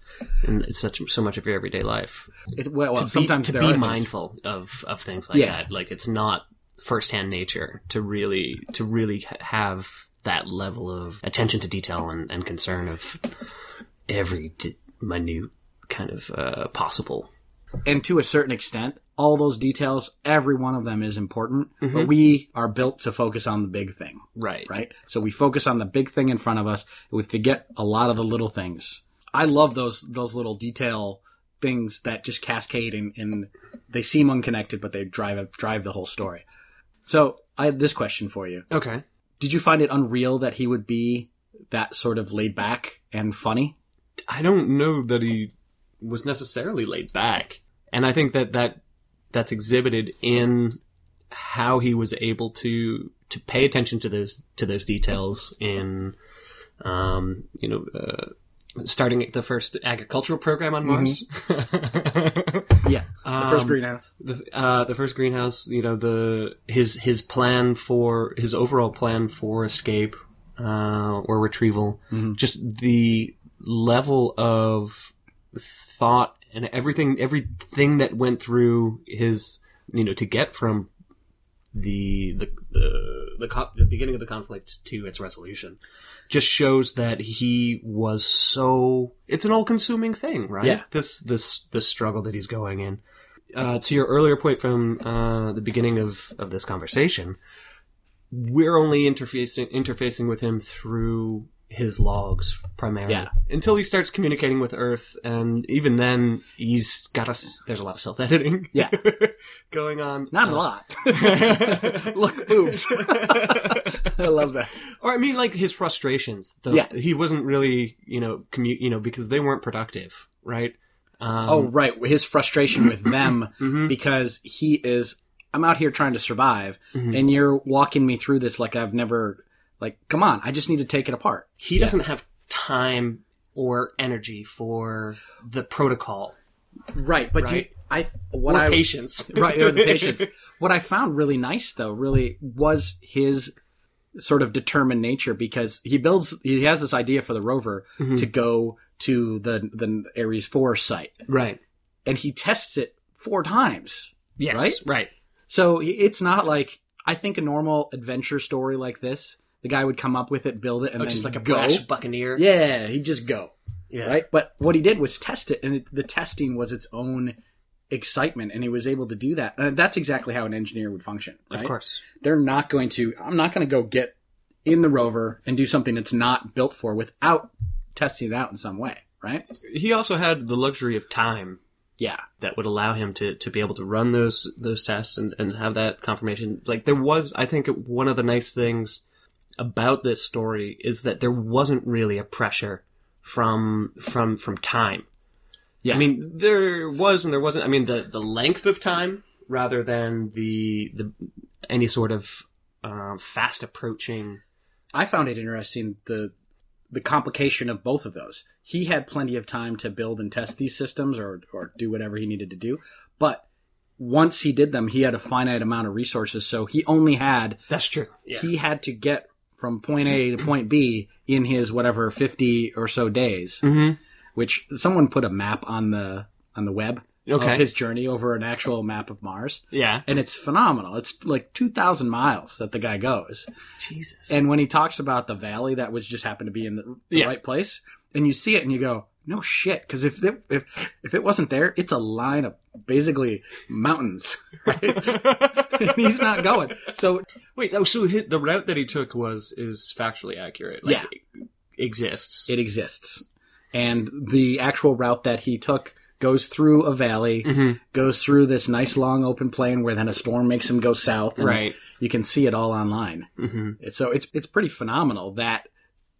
Speaker 3: and it's such so much of your everyday life.
Speaker 2: It, well, well,
Speaker 3: to
Speaker 2: sometimes
Speaker 3: be, to
Speaker 2: there
Speaker 3: be
Speaker 2: are things.
Speaker 3: mindful of of things like
Speaker 2: Yeah.
Speaker 3: that. Like it's not firsthand nature to really to really ha- have that level of attention to detail and, and concern of every d- minute kind of uh, possible
Speaker 2: and to a certain extent, all those details, every one of them is important.
Speaker 3: Mm-hmm.
Speaker 2: But we are built to focus on the big thing,
Speaker 3: right
Speaker 2: right? So we focus on the big thing in front of us. We forget a lot of the little things. I love those those little detail things that just cascade and, and they seem unconnected, but they drive drive the whole story. So I have this question for you:
Speaker 3: Okay.
Speaker 2: Did you find it unreal that he would be that sort of laid back and funny?
Speaker 3: I don't know that he was necessarily laid back. And I think that, that that's exhibited in how he was able to to pay attention to those to those details in um, you know uh, starting at the first agricultural program on Mars.
Speaker 2: Yeah, Mm-hmm. the first
Speaker 3: Um,
Speaker 2: greenhouse.
Speaker 3: the uh, the first greenhouse, you know, the his his plan for his overall plan for escape uh, or retrieval, just the level of thought and everything everything that went through his you know to get from the the the the, co- the beginning of the conflict to its resolution just shows that he was so it's an all-consuming thing right
Speaker 1: Yeah.
Speaker 3: this this this struggle that he's going in uh, to your earlier point from uh, the beginning of of this conversation we're only interfacing interfacing with him through his logs primarily
Speaker 2: Yeah.
Speaker 3: until he starts communicating with earth and even then he's got us there's a lot of self-editing
Speaker 2: Yeah.
Speaker 3: going on
Speaker 2: Not
Speaker 3: Uh,
Speaker 2: a lot.
Speaker 3: Look, boobs.
Speaker 2: I love that.
Speaker 3: or I mean, like his frustrations. The,
Speaker 2: Yeah.
Speaker 3: he wasn't really, you know, commute, you know, because they weren't productive, right? Um,
Speaker 2: oh, right. His frustration with them
Speaker 3: mhm.
Speaker 2: because he is, I'm out here trying to survive,
Speaker 3: Mhm.
Speaker 2: and you're walking me through this like I've never, like, come on, I just need to take it apart.
Speaker 3: he doesn't have time or energy for the protocol
Speaker 2: Right, but
Speaker 3: Right.
Speaker 2: you, I, what
Speaker 3: or
Speaker 2: I,
Speaker 3: patience.
Speaker 2: right, or the patience. What I found really nice though, really was his sort of determined nature because he builds, he has this idea for the rover
Speaker 3: Mhm.
Speaker 2: to go to the the Ares Four site,
Speaker 3: right.
Speaker 2: and he tests it four times.
Speaker 3: Yes.
Speaker 2: Right?
Speaker 3: Right. Right.
Speaker 2: So he- it's not like I think a normal adventure story like this, the guy would come up with it, build it, and
Speaker 3: Oh,
Speaker 2: then
Speaker 3: just like a
Speaker 2: go.
Speaker 3: brash buccaneer.
Speaker 2: Yeah, he'd just go
Speaker 3: Yeah.
Speaker 2: right? But what he did was test it, and it, the testing was its own excitement, and he was able to do that. And that's exactly how an engineer would function.
Speaker 3: Of
Speaker 2: right?
Speaker 3: course.
Speaker 2: they're not going to. I'm not going to go get in the rover and do something it's not built for without testing it out in some way, right?
Speaker 3: He also had the luxury of time
Speaker 2: Yeah,
Speaker 3: that would allow him to, to be able to run those those tests and, and have that confirmation. Like there was, I think one of the nice things about this story is that there wasn't really a pressure from from from time.
Speaker 2: Yeah.
Speaker 3: I mean there was and there wasn't. I mean the the length of time rather than the the any sort of um, fast approaching.
Speaker 2: I found it interesting the the complication of both of those. He had plenty of time to build and test these systems or or do whatever he needed to do, but once he did them, he had a finite amount of resources, so he only had
Speaker 3: That's true. Yeah.
Speaker 2: he had to get from point A to point B in his whatever 50 or so days,
Speaker 3: Mm-hmm.
Speaker 2: which someone put a map on the on the web
Speaker 3: Okay.
Speaker 2: of his journey over an actual map of Mars,
Speaker 3: yeah.
Speaker 2: and it's phenomenal. It's like 2,000 miles that the guy goes.
Speaker 3: Jesus.
Speaker 2: And when he talks about the valley that was just happened to be in the, the
Speaker 3: Yeah.
Speaker 2: right place, and you see it and you go, no shit, because if it, if if it wasn't there, it's a line of basically mountains. and he's not going. So
Speaker 3: Wait, oh, so hi- the route that he took was is factually accurate.
Speaker 2: Yeah.
Speaker 3: it exists.
Speaker 2: it exists. And the actual route that he took goes through a valley,
Speaker 3: Mhm.
Speaker 2: goes through this nice long open plain where then a storm makes him go south. and
Speaker 3: right.
Speaker 2: You can see it all online.
Speaker 3: Mm-hmm.
Speaker 2: So it's it's pretty phenomenal that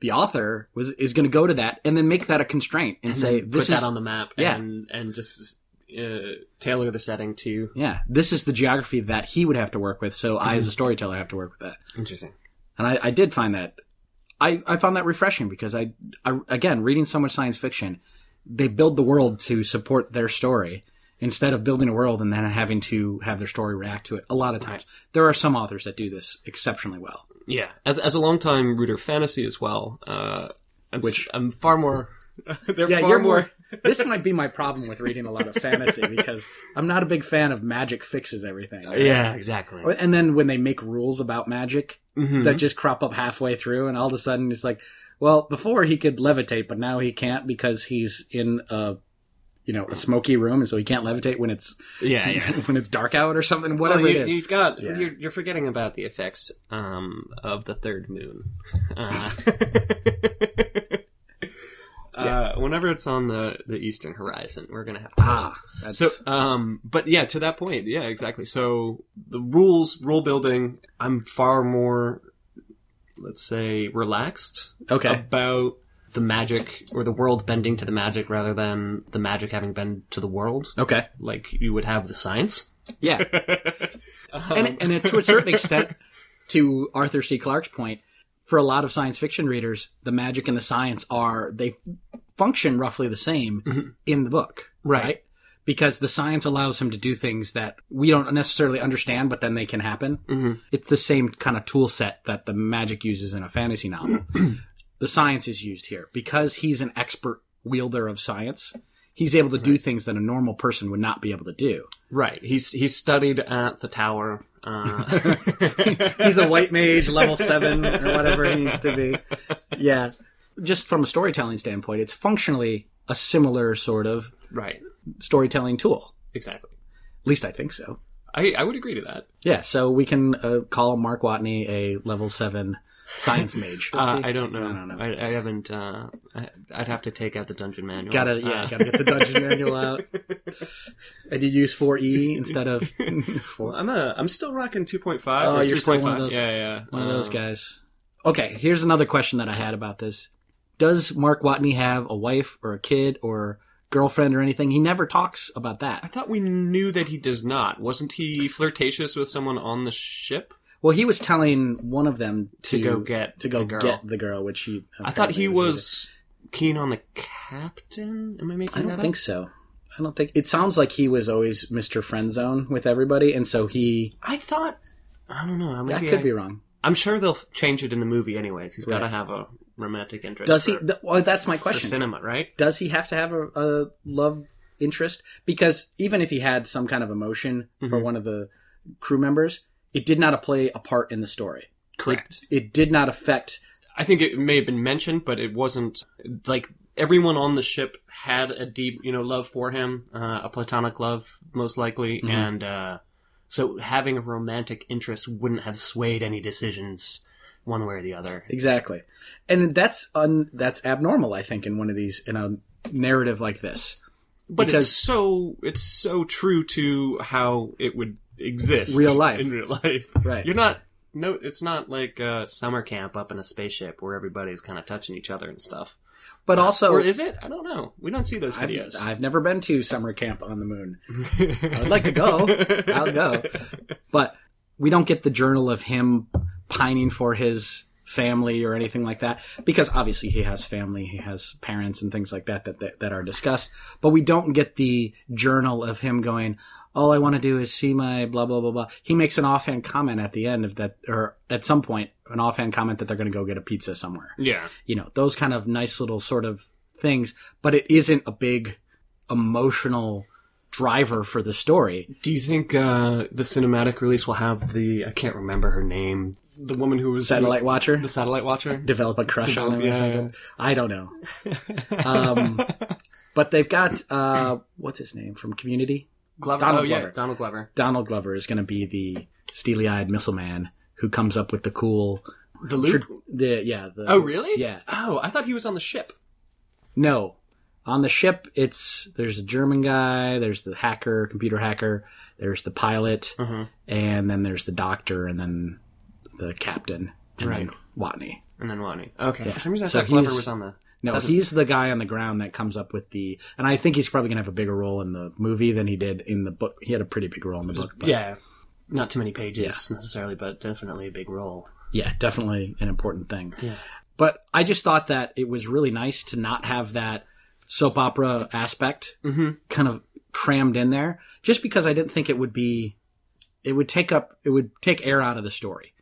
Speaker 2: the author was is going to go to that and then make that a constraint and, say
Speaker 3: Mm-hmm. put
Speaker 2: this
Speaker 3: that
Speaker 2: is
Speaker 3: on the map.
Speaker 2: yeah.
Speaker 3: and and just uh, tailor the setting to
Speaker 2: yeah this is the geography that he would have to work with. So I as a storyteller have to work with that.
Speaker 3: interesting.
Speaker 2: and I, I did find that I, I found that refreshing because I, I again reading so much science fiction they build the world to support their story instead of building a world and then having to have their story react to it a lot of times there are some authors that do this exceptionally well
Speaker 3: Yeah, as as a longtime reader of fantasy as well, uh, I'm,
Speaker 2: Which-
Speaker 3: Which I'm far more. they're
Speaker 2: Yeah,
Speaker 3: far
Speaker 2: you're
Speaker 3: more.
Speaker 2: more- this might be my problem with reading a lot of fantasy because i'm not a big fan of magic fixes everything
Speaker 3: Yeah, exactly.
Speaker 2: and then when they make rules about magic
Speaker 3: Mhm.
Speaker 2: that just crop up halfway through, and all of a sudden it's like, well, before he could levitate, but now he can't because he's in a, you know, a smoky room, and so he can't levitate when it's
Speaker 3: yeah, yeah.
Speaker 2: when it's dark out or something, whatever
Speaker 3: well, you,
Speaker 2: it is.
Speaker 3: You've got
Speaker 2: Yeah.
Speaker 3: you're, you're forgetting about the effects um, of the third moon. Uh, uh, whenever it's on the, the eastern horizon, we're gonna have to.
Speaker 2: ah, that's,
Speaker 3: So, um, but yeah, to that point, yeah, exactly. So the rules, rule building, I'm far more, let's say, relaxed
Speaker 2: okay,
Speaker 3: about the magic or the world bending to the magic rather than the magic having bent to the world,
Speaker 2: okay,
Speaker 3: like you would have the science. Um,
Speaker 2: yeah, and and to a certain extent, to Arthur C. Clarke's point, for a lot of science fiction readers, the magic and the science are they function roughly the same in the book,
Speaker 3: Right.
Speaker 2: Because the science allows him to do things that we don't necessarily understand, but then they can happen.
Speaker 3: Mhm.
Speaker 2: It's the same kind of tool set that the magic uses in a fantasy novel. the science is used here because he's an expert wielder of science. He's able to do things that a normal person would not be able to do.
Speaker 3: Right. He's he's studied at the tower Uh,
Speaker 2: He's a white mage, level seven or whatever he needs to be. Yeah. Just from a storytelling standpoint, it's functionally a similar sort of
Speaker 3: right.
Speaker 2: storytelling tool.
Speaker 3: Exactly.
Speaker 2: At least I think so.
Speaker 3: I, I would agree to that.
Speaker 2: Yeah, so we can uh, call Mark Watney a level seven science mage.
Speaker 3: Uh, I don't know. I,
Speaker 2: don't know.
Speaker 3: I, haven't. Uh, I, I'd have to take out the dungeon manual.
Speaker 2: Gotta yeah,
Speaker 3: Uh,
Speaker 2: gotta get the dungeon manual out. I did use four E instead of four.
Speaker 3: I'm a. I'm still rocking 2.5.
Speaker 2: Oh,
Speaker 3: or
Speaker 2: you're still one of
Speaker 3: 3.5.
Speaker 2: those-
Speaker 3: Yeah, yeah.
Speaker 2: One of those
Speaker 3: Um,
Speaker 2: guys. Okay, here's another question that I had about this. Does Mark Watney have a wife or a kid or girlfriend or anything? He never talks about
Speaker 3: I
Speaker 2: that.
Speaker 3: thought we knew that he does not. Wasn't he flirtatious with someone on the ship?
Speaker 2: Well, he was telling one of them to,
Speaker 3: To go get
Speaker 2: to go
Speaker 3: the girl.
Speaker 2: get the girl, which he
Speaker 3: I thought
Speaker 2: apparently
Speaker 3: he was keen on the captain. Am I making
Speaker 2: I
Speaker 3: that
Speaker 2: don't
Speaker 3: up?
Speaker 2: think so. I don't think it sounds like he was always Mr. Friend Zone with everybody, and so he
Speaker 3: I thought. I don't know.
Speaker 2: that
Speaker 3: Maybe
Speaker 2: could
Speaker 3: I,
Speaker 2: be wrong.
Speaker 3: I'm sure they'll f- change it in the movie, anyways. He's got to
Speaker 2: Right.
Speaker 3: have a romantic interest.
Speaker 2: Does he?
Speaker 3: for-
Speaker 2: th- Well, that's my
Speaker 3: for
Speaker 2: question.
Speaker 3: cinema, right?
Speaker 2: Does he have to have a, a love interest? Because even if he had some kind of emotion for
Speaker 3: Mhm.
Speaker 2: one of the crew members, it did not play a part in the story.
Speaker 3: Correct.
Speaker 2: It did not affect.
Speaker 3: I think it may have been mentioned, but it wasn't like everyone on the ship had a deep, you know, love for him, uh, a platonic love, most likely,
Speaker 2: Mhm.
Speaker 3: and uh, so having a romantic interest wouldn't have swayed any decisions one way or the other.
Speaker 2: Exactly, and that's un, that's abnormal. I think in one of these in a narrative like this,
Speaker 3: But
Speaker 2: Because-
Speaker 3: it's so it's so true to how it would exist
Speaker 2: Real life.
Speaker 3: in real life.
Speaker 2: right?
Speaker 3: You're not no, it's not like uh summer camp up in a spaceship where everybody's kind of touching each other and stuff.
Speaker 2: but also,
Speaker 3: or is it? I don't know. We don't see those
Speaker 2: I've,
Speaker 3: videos.
Speaker 2: I've never been to summer camp on the moon. I'd like to go. I'll go. But we don't get the journal of him pining for his family or anything like that because obviously he has family, he has parents and things like that that that, that are discussed. But we don't get the journal of him going. All I want to do is see my blah blah blah blah. He makes an offhand comment at the end of that, or at some point, an offhand comment that they're going to go get a pizza somewhere
Speaker 3: Yeah.
Speaker 2: you know those kind of nice little sort of things but it isn't a big emotional driver for the story
Speaker 3: Do you think uh, the cinematic release will have the I can't remember her name, the woman who was
Speaker 2: satellite watcher
Speaker 3: the satellite watcher?
Speaker 2: develop a crush on him or
Speaker 3: Yeah.
Speaker 2: something. i don't know um, but they've got uh, what's his name from community
Speaker 3: Glover.
Speaker 2: Donald
Speaker 3: oh, yeah,
Speaker 2: Glover.
Speaker 3: Donald Glover.
Speaker 2: donald glover is going to be the steely-eyed missile man who comes up with the cool
Speaker 3: The loop.
Speaker 2: tr- the yeah the,
Speaker 3: oh, really?
Speaker 2: yeah
Speaker 3: Oh, I thought he was on the ship.
Speaker 2: No. On the ship, it's there's a German guy, there's the hacker, computer hacker, there's the pilot,
Speaker 3: Mhm.
Speaker 2: and then there's the doctor, and then the captain, and then
Speaker 3: Right.
Speaker 2: Watney.
Speaker 3: And then Wani. Okay.
Speaker 2: Yeah.
Speaker 3: For some reason, I
Speaker 2: So
Speaker 3: thought Glover
Speaker 2: he's-
Speaker 3: was on the.
Speaker 2: No,
Speaker 3: That's a-
Speaker 2: he's the guy on the ground that comes up with the, and I think he's probably gonna have a bigger role in the movie than he did in the book. He had a pretty big role in the book. But
Speaker 3: Yeah. Not too many pages necessarily, but definitely a big role.
Speaker 2: yeah, definitely an important thing.
Speaker 3: Yeah.
Speaker 2: But I just thought that it was really nice to not have that soap opera aspect
Speaker 3: Mm-hmm.
Speaker 2: kind of crammed in there just because I didn't think it would be it would take up it would take air out of the story.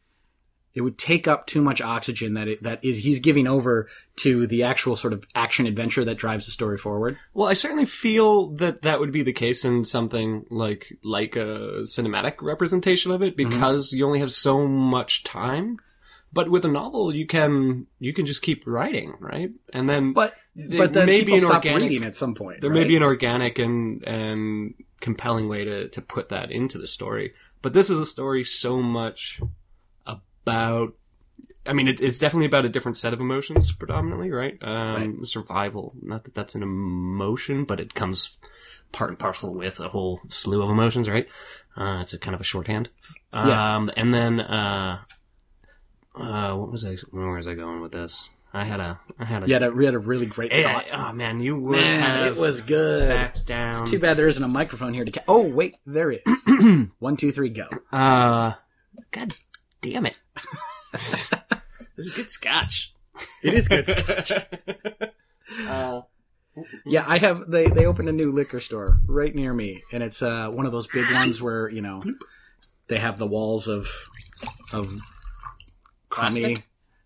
Speaker 2: It would take up too much oxygen that it, that is he's giving over to the actual sort of action adventure that drives the story forward.
Speaker 3: Well, I certainly feel that that would be the case in something like like a cinematic representation of it because you only have so much time. But with a novel, you can you can just keep writing, right? And then
Speaker 2: But
Speaker 3: There
Speaker 2: but then
Speaker 3: may
Speaker 2: people
Speaker 3: be an
Speaker 2: stop
Speaker 3: organic-
Speaker 2: reading at some point.
Speaker 3: there
Speaker 2: right?
Speaker 3: may be an organic and and compelling way to to put that into the story. But this is a story so much about. I mean, it, it's definitely about a different set of emotions, predominantly, right? Um, Survival. Not that that's an emotion, but it comes part and parcel with a whole slew of emotions, right? Uh, it's a kind of a shorthand.
Speaker 2: Yeah.
Speaker 3: Um, and then, uh, uh, what was I, where was I going with this? I had a, I had a,
Speaker 2: you had a, we had a really great
Speaker 3: AI.
Speaker 2: thought.
Speaker 3: Oh man, you would
Speaker 2: Man,
Speaker 3: have
Speaker 2: it was good.
Speaker 3: backed down.
Speaker 2: Too bad there isn't a microphone here to ca- Oh wait, there is. One, two, three, go.
Speaker 3: Uh, God damn it. this is good scotch.
Speaker 2: It is good.
Speaker 3: Uh,
Speaker 2: Yeah, I have. They they opened a new liquor store right near me, and it's uh one of those big ones where you know they have the walls of of
Speaker 3: Plastic?
Speaker 2: honey.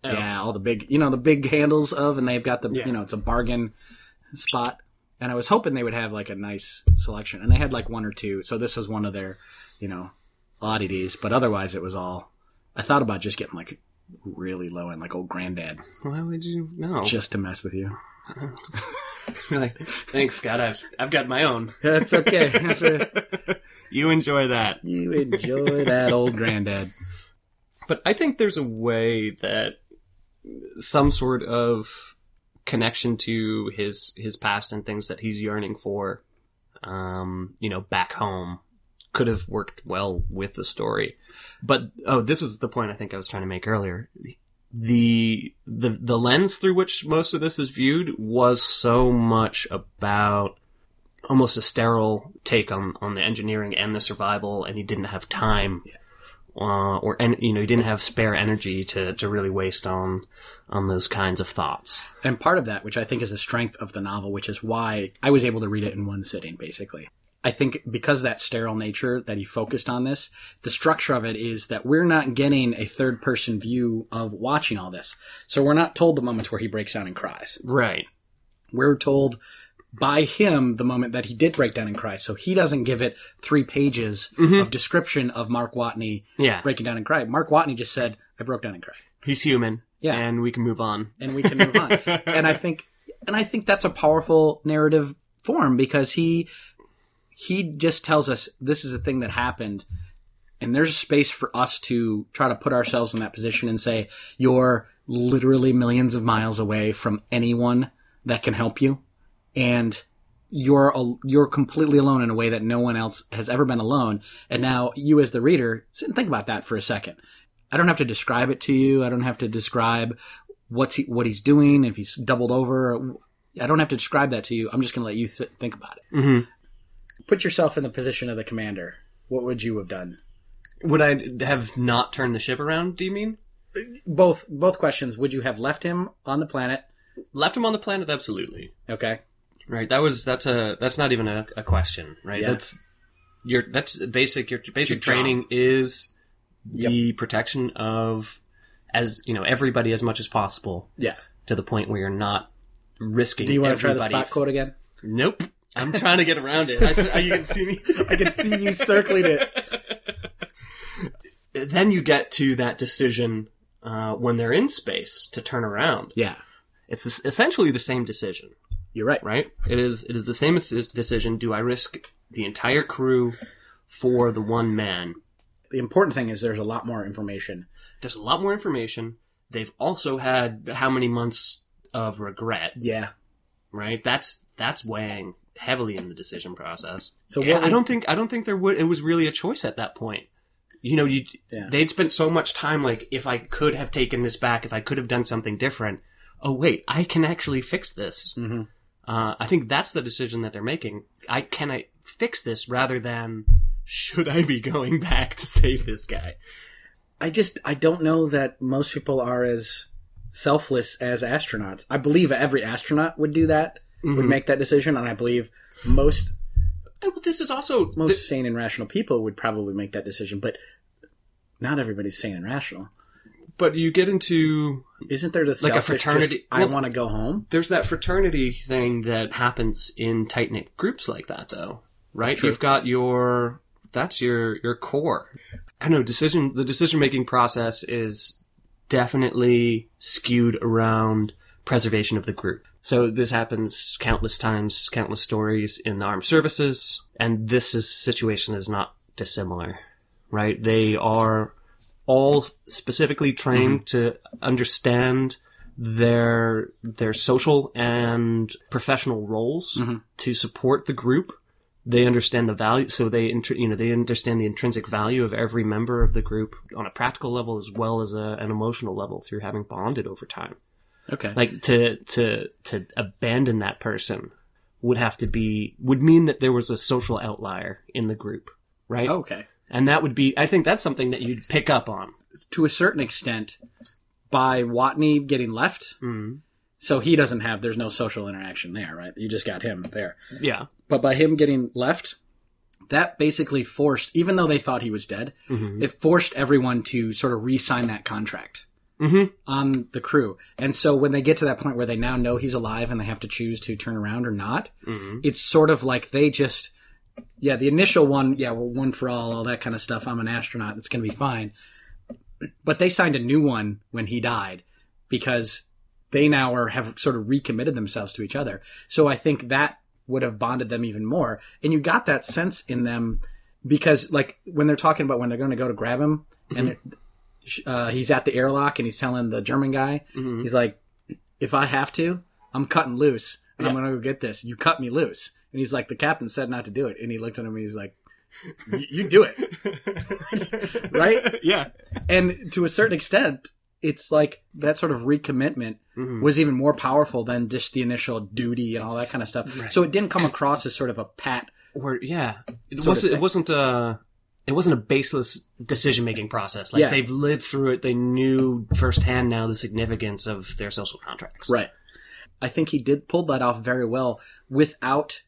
Speaker 3: Oh.
Speaker 2: Yeah, all the big you know the big handles of, and they've got the
Speaker 3: Yeah.
Speaker 2: you know it's a bargain spot. And I was hoping they would have like a nice selection, and they had like one or two. So this was one of their you know oddities, but otherwise it was all. I thought about just getting like really low end, like old granddad,
Speaker 3: Why would you know?
Speaker 2: just to mess with you.
Speaker 3: You're like, thanks, Scott. I've I've got my own.
Speaker 2: That's okay.
Speaker 3: you enjoy that.
Speaker 2: you enjoy that old granddad.
Speaker 3: But I think there's a way that some sort of connection to his his past and things that he's yearning for, um, you know, back home, could have worked well with the story. But oh, this is the point I think I was trying to make earlier. The the the lens through which most of this is viewed was so much about almost a sterile take on on the engineering and the survival, and he didn't have time uh, or en- you know you didn't have spare energy to, to really waste on on those kinds of thoughts.
Speaker 2: And part of that, which I think is a strength of the novel, which is why I was able to read it in one sitting, basically. I think because of that sterile nature that he focused on this, the structure of it is that we're not getting a third person view of watching all this. So we're not told the moments where he breaks down and cries.
Speaker 3: Right.
Speaker 2: We're told by him the moment that he did break down and cry. So he doesn't give it three pages of description of Mark Watney
Speaker 3: Yeah.
Speaker 2: breaking down and crying. Mark Watney just said, I broke down and cried.
Speaker 3: He's human.
Speaker 2: Yeah.
Speaker 3: And we can move on.
Speaker 2: and we can move on. and I think, and I think that's a powerful narrative form because he, he just tells us this is a thing that happened and there's space for us to try to put ourselves in that position and say, you're literally millions of miles away from anyone that can help you. And you're, al- you're completely alone in a way that no one else has ever been alone. And now you as the reader, sit and think about that for a second. I don't have to describe it to you. I don't have to describe what's he, what he's doing, if he's doubled over. I don't have to describe that to you. I'm just going to let you th- think about it.
Speaker 3: Mhm.
Speaker 2: Put yourself in the position of the commander. What would you have done?
Speaker 3: Would I have not turned the ship around? Do you mean
Speaker 2: Both both questions. Would you have left him on the planet?
Speaker 3: left him on the planet? Absolutely.
Speaker 2: Okay.
Speaker 3: Right. That was that's a that's not even a, a question. Right.
Speaker 2: Yeah.
Speaker 3: That's your that's basic your basic
Speaker 2: Your job.
Speaker 3: training is the protection of as you know everybody as much as possible
Speaker 2: Yeah.
Speaker 3: to the point where you're not risking.
Speaker 2: Do you want to try the
Speaker 3: everybody
Speaker 2: spot quote again?
Speaker 3: Nope. I'm trying to get around it. I s you can see me. I can
Speaker 2: see you circling it.
Speaker 3: Then you get to that decision uh, when they're in space to turn around.
Speaker 2: Yeah.
Speaker 3: It's es- essentially the same decision,
Speaker 2: You're right.
Speaker 3: right? It is. It is the same as- decision. Do I risk the entire crew for the one man?
Speaker 2: The important thing is there's a lot more information.
Speaker 3: There's a lot more information. They've also had how many months of regret,
Speaker 2: Yeah.
Speaker 3: right? That's that's weighing heavily in the decision process.
Speaker 2: So
Speaker 3: Yeah,
Speaker 2: what
Speaker 3: I
Speaker 2: would-
Speaker 3: don't think I don't think there would it was really a choice at that point. You know, you
Speaker 2: Yeah.
Speaker 3: they'd spent so much time like if I could have taken this back, if I could have done something different. Oh wait, I can actually fix this.
Speaker 2: Mhm.
Speaker 3: Uh, I think that's the decision that they're making. I can I fix this rather than should I be going back to save this guy?
Speaker 2: I just I don't know that most people are as selfless as astronauts. I believe every astronaut would do that, would
Speaker 3: Mhm.
Speaker 2: make that decision, and I believe most
Speaker 3: Oh, but this is also
Speaker 2: most sane and rational people would probably make that decision, but not everybody's sane and rational.
Speaker 3: but you get into
Speaker 2: Isn't there the
Speaker 3: Like a
Speaker 2: selfish just,
Speaker 3: fraternity-
Speaker 2: I
Speaker 3: well-
Speaker 2: want to go home.
Speaker 3: there's that fraternity thing that happens in tight knit groups like that, though, right?
Speaker 2: True.
Speaker 3: You've got your that's your your core. I don't know decision. The decision making process is definitely skewed around preservation of the group. So this happens countless times, countless stories in the armed services, and this is, situation is not dissimilar, right? They are all specifically trained to understand their their social and professional roles to support the group. They understand the value, so they intr- you know they understand the intrinsic value of every member of the group on a practical level as well as a, an emotional level through having bonded over time.
Speaker 2: Okay.
Speaker 3: Like to to to abandon that person would have to be would mean that there was a social outlier in the group, right?
Speaker 2: okay.
Speaker 3: And that would be I think that's something that you'd pick up on.
Speaker 2: To a certain extent, by Watney getting left,
Speaker 3: Mm-hmm.
Speaker 2: so he doesn't have there's no social interaction there, right? You just got him there.
Speaker 3: Yeah.
Speaker 2: but by him getting left, that basically forced, even though they thought he was dead,
Speaker 3: Mm-hmm.
Speaker 2: it forced everyone to sort of re-sign that contract
Speaker 3: Mhm.
Speaker 2: on the crew. And so when they get to that point where they
Speaker 3: Mm-hmm.
Speaker 2: now know he's alive and they have to choose to turn around or not, it's sort of like they just yeah, the initial one, yeah, well, one for all, all that kind of stuff. I'm an astronaut. It's going to be fine. But they signed a new one when he died because they now are have sort of recommitted themselves to each other. So I think that would have bonded them even more. And you got that sense in them because, like, when they're talking about when they're going to go to grab him, and uh, he's at the airlock and he's telling the German guy,
Speaker 3: Mm-hmm.
Speaker 2: he's like, if I have to, I'm cutting loose and I'm going to go get this. You cut me loose. And he's like, the captain said not to do it. And he looked at him and he's like, "Y- you do it. right?
Speaker 3: yeah.
Speaker 2: And to a certain extent, it's like that sort of recommitment was even more powerful than just the initial duty and all that kind of stuff. So it didn't come across as sort of a pat.
Speaker 3: Or yeah, it
Speaker 2: Sort of
Speaker 3: wasn't.
Speaker 2: thing.
Speaker 3: It wasn't a. It wasn't a baseless decision making process. Like
Speaker 2: Yeah.
Speaker 3: they've lived through it. They knew firsthand now the significance of their social contracts.
Speaker 2: Right. I think he did pull that off very well without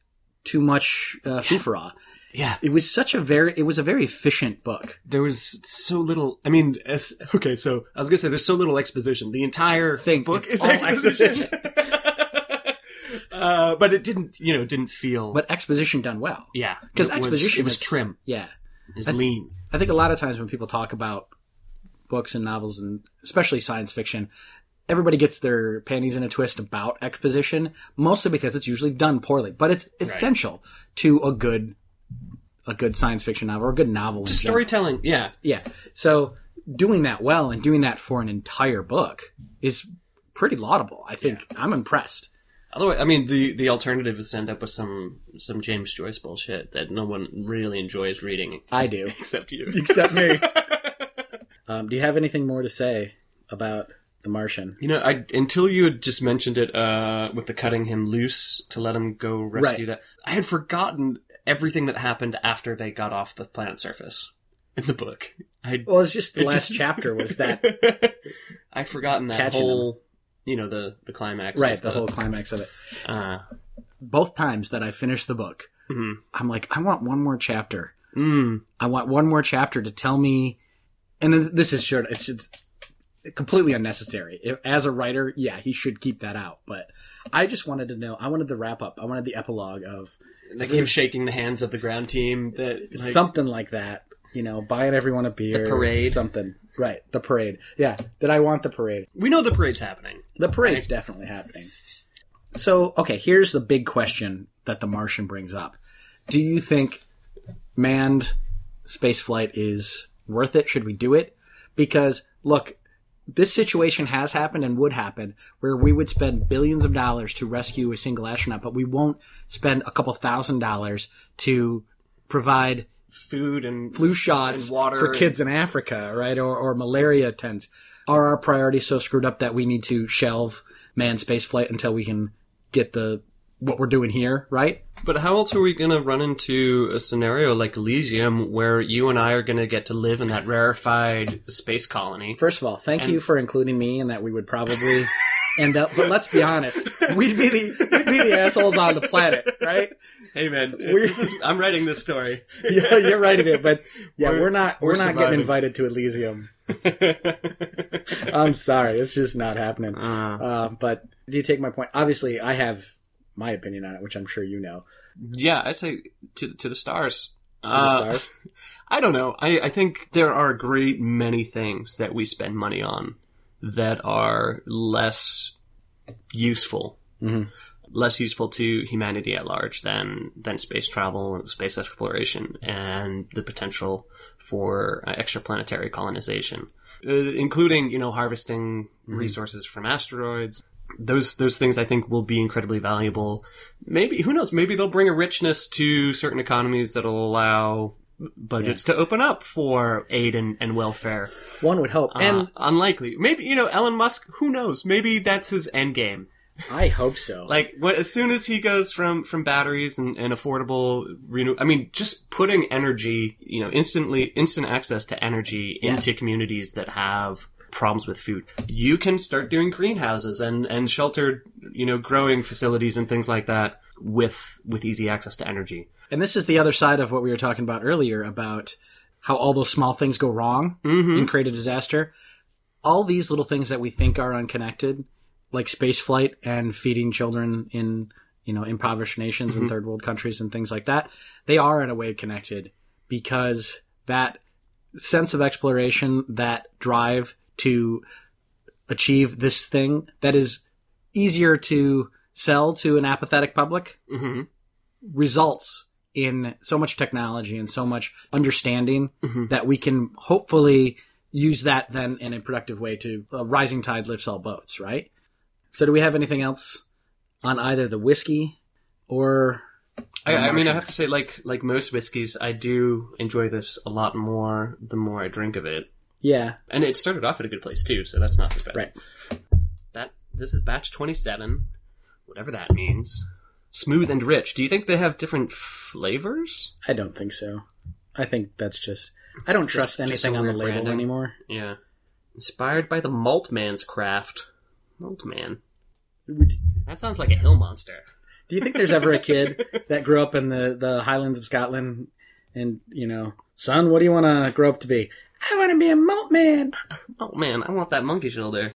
Speaker 2: too much uh, foofara.
Speaker 3: Yeah.
Speaker 2: It was such a very, it was a very efficient book.
Speaker 3: there was so little. I mean, as, okay, so I was gonna say there's so little exposition. The entire
Speaker 2: Thing,
Speaker 3: book
Speaker 2: it's
Speaker 3: is
Speaker 2: all
Speaker 3: exposition. uh, but it didn't, you know, it didn't feel.
Speaker 2: But exposition done well.
Speaker 3: yeah,
Speaker 2: 'Cause
Speaker 3: It was-
Speaker 2: exposition
Speaker 3: it was
Speaker 2: is-
Speaker 3: trim,
Speaker 2: Yeah.
Speaker 3: it was lean.
Speaker 2: I think a lot of times when people talk about books and novels and especially science fiction, everybody gets their panties in a twist about exposition, mostly because it's usually done poorly. But it's essential to a good a good science fiction novel or a good novel. in general.
Speaker 3: Storytelling, yeah,
Speaker 2: Yeah. So doing that well and doing that for an entire book is pretty laudable. I think I'm impressed.
Speaker 3: Otherwise, I mean, the the alternative is to end up with some some James Joyce bullshit that no one really enjoys reading
Speaker 2: I do.
Speaker 3: except you.
Speaker 2: Except me. um, do you have anything more to say about The Martian?
Speaker 3: You know, I until you had just mentioned it uh, with the cutting him loose to let him go rescue that, I had forgotten everything that happened after they got off the planet's surface in the book. I'd
Speaker 2: Well, it's just the
Speaker 3: It
Speaker 2: last
Speaker 3: just-
Speaker 2: chapter was that
Speaker 3: I'd forgotten that
Speaker 2: Catching
Speaker 3: whole, you know, the the climax,
Speaker 2: right
Speaker 3: of
Speaker 2: the whole climax of it
Speaker 3: Uh,
Speaker 2: both times that i finished the book
Speaker 3: mhm.
Speaker 2: i'm like i want one more chapter
Speaker 3: mm,
Speaker 2: i want one more chapter to tell me and then this is short it's, it's completely unnecessary if, as a writer yeah he should keep that out but i just wanted to know i wanted the wrap up i wanted the epilogue of
Speaker 3: like him shaking the hands of the ground team. That like,
Speaker 2: something like that you know buying everyone a beer
Speaker 3: parade.
Speaker 2: something right the parade yeah did i want the parade
Speaker 3: we know the parade's happening.
Speaker 2: The parade's definitely happening. So, okay, here's the big question that the Martian brings up. Do you think manned space flight is worth it? Should we do it? Because look, this situation has happened and would happen where we would spend billions of dollars to rescue a single astronaut, but we won't spend a couple thousand dollars to provide
Speaker 3: Food and
Speaker 2: flu shots
Speaker 3: And water
Speaker 2: for
Speaker 3: and-
Speaker 2: kids in Africa, right? Or, or malaria tents. Are our priorities so screwed up that we need to shelve manned space flight until we can get the what we're doing here, right?
Speaker 3: But how else are we going to run into a scenario like Elysium where you and I are going to get to live in that rarefied space colony?
Speaker 2: First of all, thank you for including me and that we would probably end up but let's be honest, we'd be the we'd be the assholes on the planet, right?
Speaker 3: Hey man,
Speaker 2: We're-
Speaker 3: this is, I'm writing this story.
Speaker 2: Yeah, you're right in it, but yeah, we're,
Speaker 3: We're-
Speaker 2: not we're,
Speaker 3: we're
Speaker 2: not getting
Speaker 3: surviving.
Speaker 2: invited to Elysium. I'm sorry, it's just not happening. Uh, but do you take my point? Obviously, I have my opinion on it, which I'm sure you know.
Speaker 3: yeah, I say to to the stars.
Speaker 2: To the stars.
Speaker 3: I don't know. I, I think there are a great many things that we spend money on that are less useful,
Speaker 2: Mhm.
Speaker 3: less useful to humanity at large than than space travel, and space exploration, and the potential for uh, extraplanetary colonization, uh, including you know harvesting resources from asteroids. Those those things I think will be incredibly valuable. Maybe who knows? Maybe they'll bring a richness to certain economies that'll allow budgets to open up for aid and, and welfare.
Speaker 2: One would hope,
Speaker 3: and
Speaker 2: and
Speaker 3: unlikely. Maybe you know Elon Musk. Who knows? Maybe that's his end game.
Speaker 2: I hope so.
Speaker 3: Like what, as soon as he goes from from batteries and, and affordable renew. I mean, just putting energy. You know, instantly instant access to energy into communities that have problems with food. You can start doing greenhouses and and sheltered you know growing facilities and things like that with with easy access to energy.
Speaker 2: and this is the other side of what we were talking about earlier about how all those small things go wrong
Speaker 3: Mm-hmm.
Speaker 2: and create a disaster. All these little things that we think are unconnected, like space flight and feeding children in you know, impoverished nations and third world countries and things like that, they are in a way connected because that sense of exploration, that drive to achieve this thing that is easier to sell to an apathetic public
Speaker 3: Mm-hmm.
Speaker 2: results in so much technology and so much understanding
Speaker 3: Mhm.
Speaker 2: that we can hopefully use that then in a productive way to a rising tide lifts all boats, right? So, do we have anything else on either the whiskey or
Speaker 3: I, I mean, I have to say, like like most whiskeys, I do enjoy this a lot more the more I drink of it.
Speaker 2: yeah,
Speaker 3: And it started off at a good place too, so that's not so bad.
Speaker 2: Right.
Speaker 3: That this is batch twenty seven, whatever that means. Smooth and rich. Do you think they have different flavors?
Speaker 2: I don't think so. I think that's just I don't trust
Speaker 3: just
Speaker 2: anything
Speaker 3: some
Speaker 2: on the
Speaker 3: weird
Speaker 2: label
Speaker 3: branding.
Speaker 2: anymore.
Speaker 3: Yeah. Inspired by the malt man's craft. Malt man.
Speaker 2: Would-
Speaker 3: That sounds like a hill monster.
Speaker 2: Do you think there's ever a kid that grew up in the, the highlands of Scotland and, you know, son, what do you want to grow up to be? I want to be a malt man.
Speaker 3: Malt man. I want that monkey shoulder.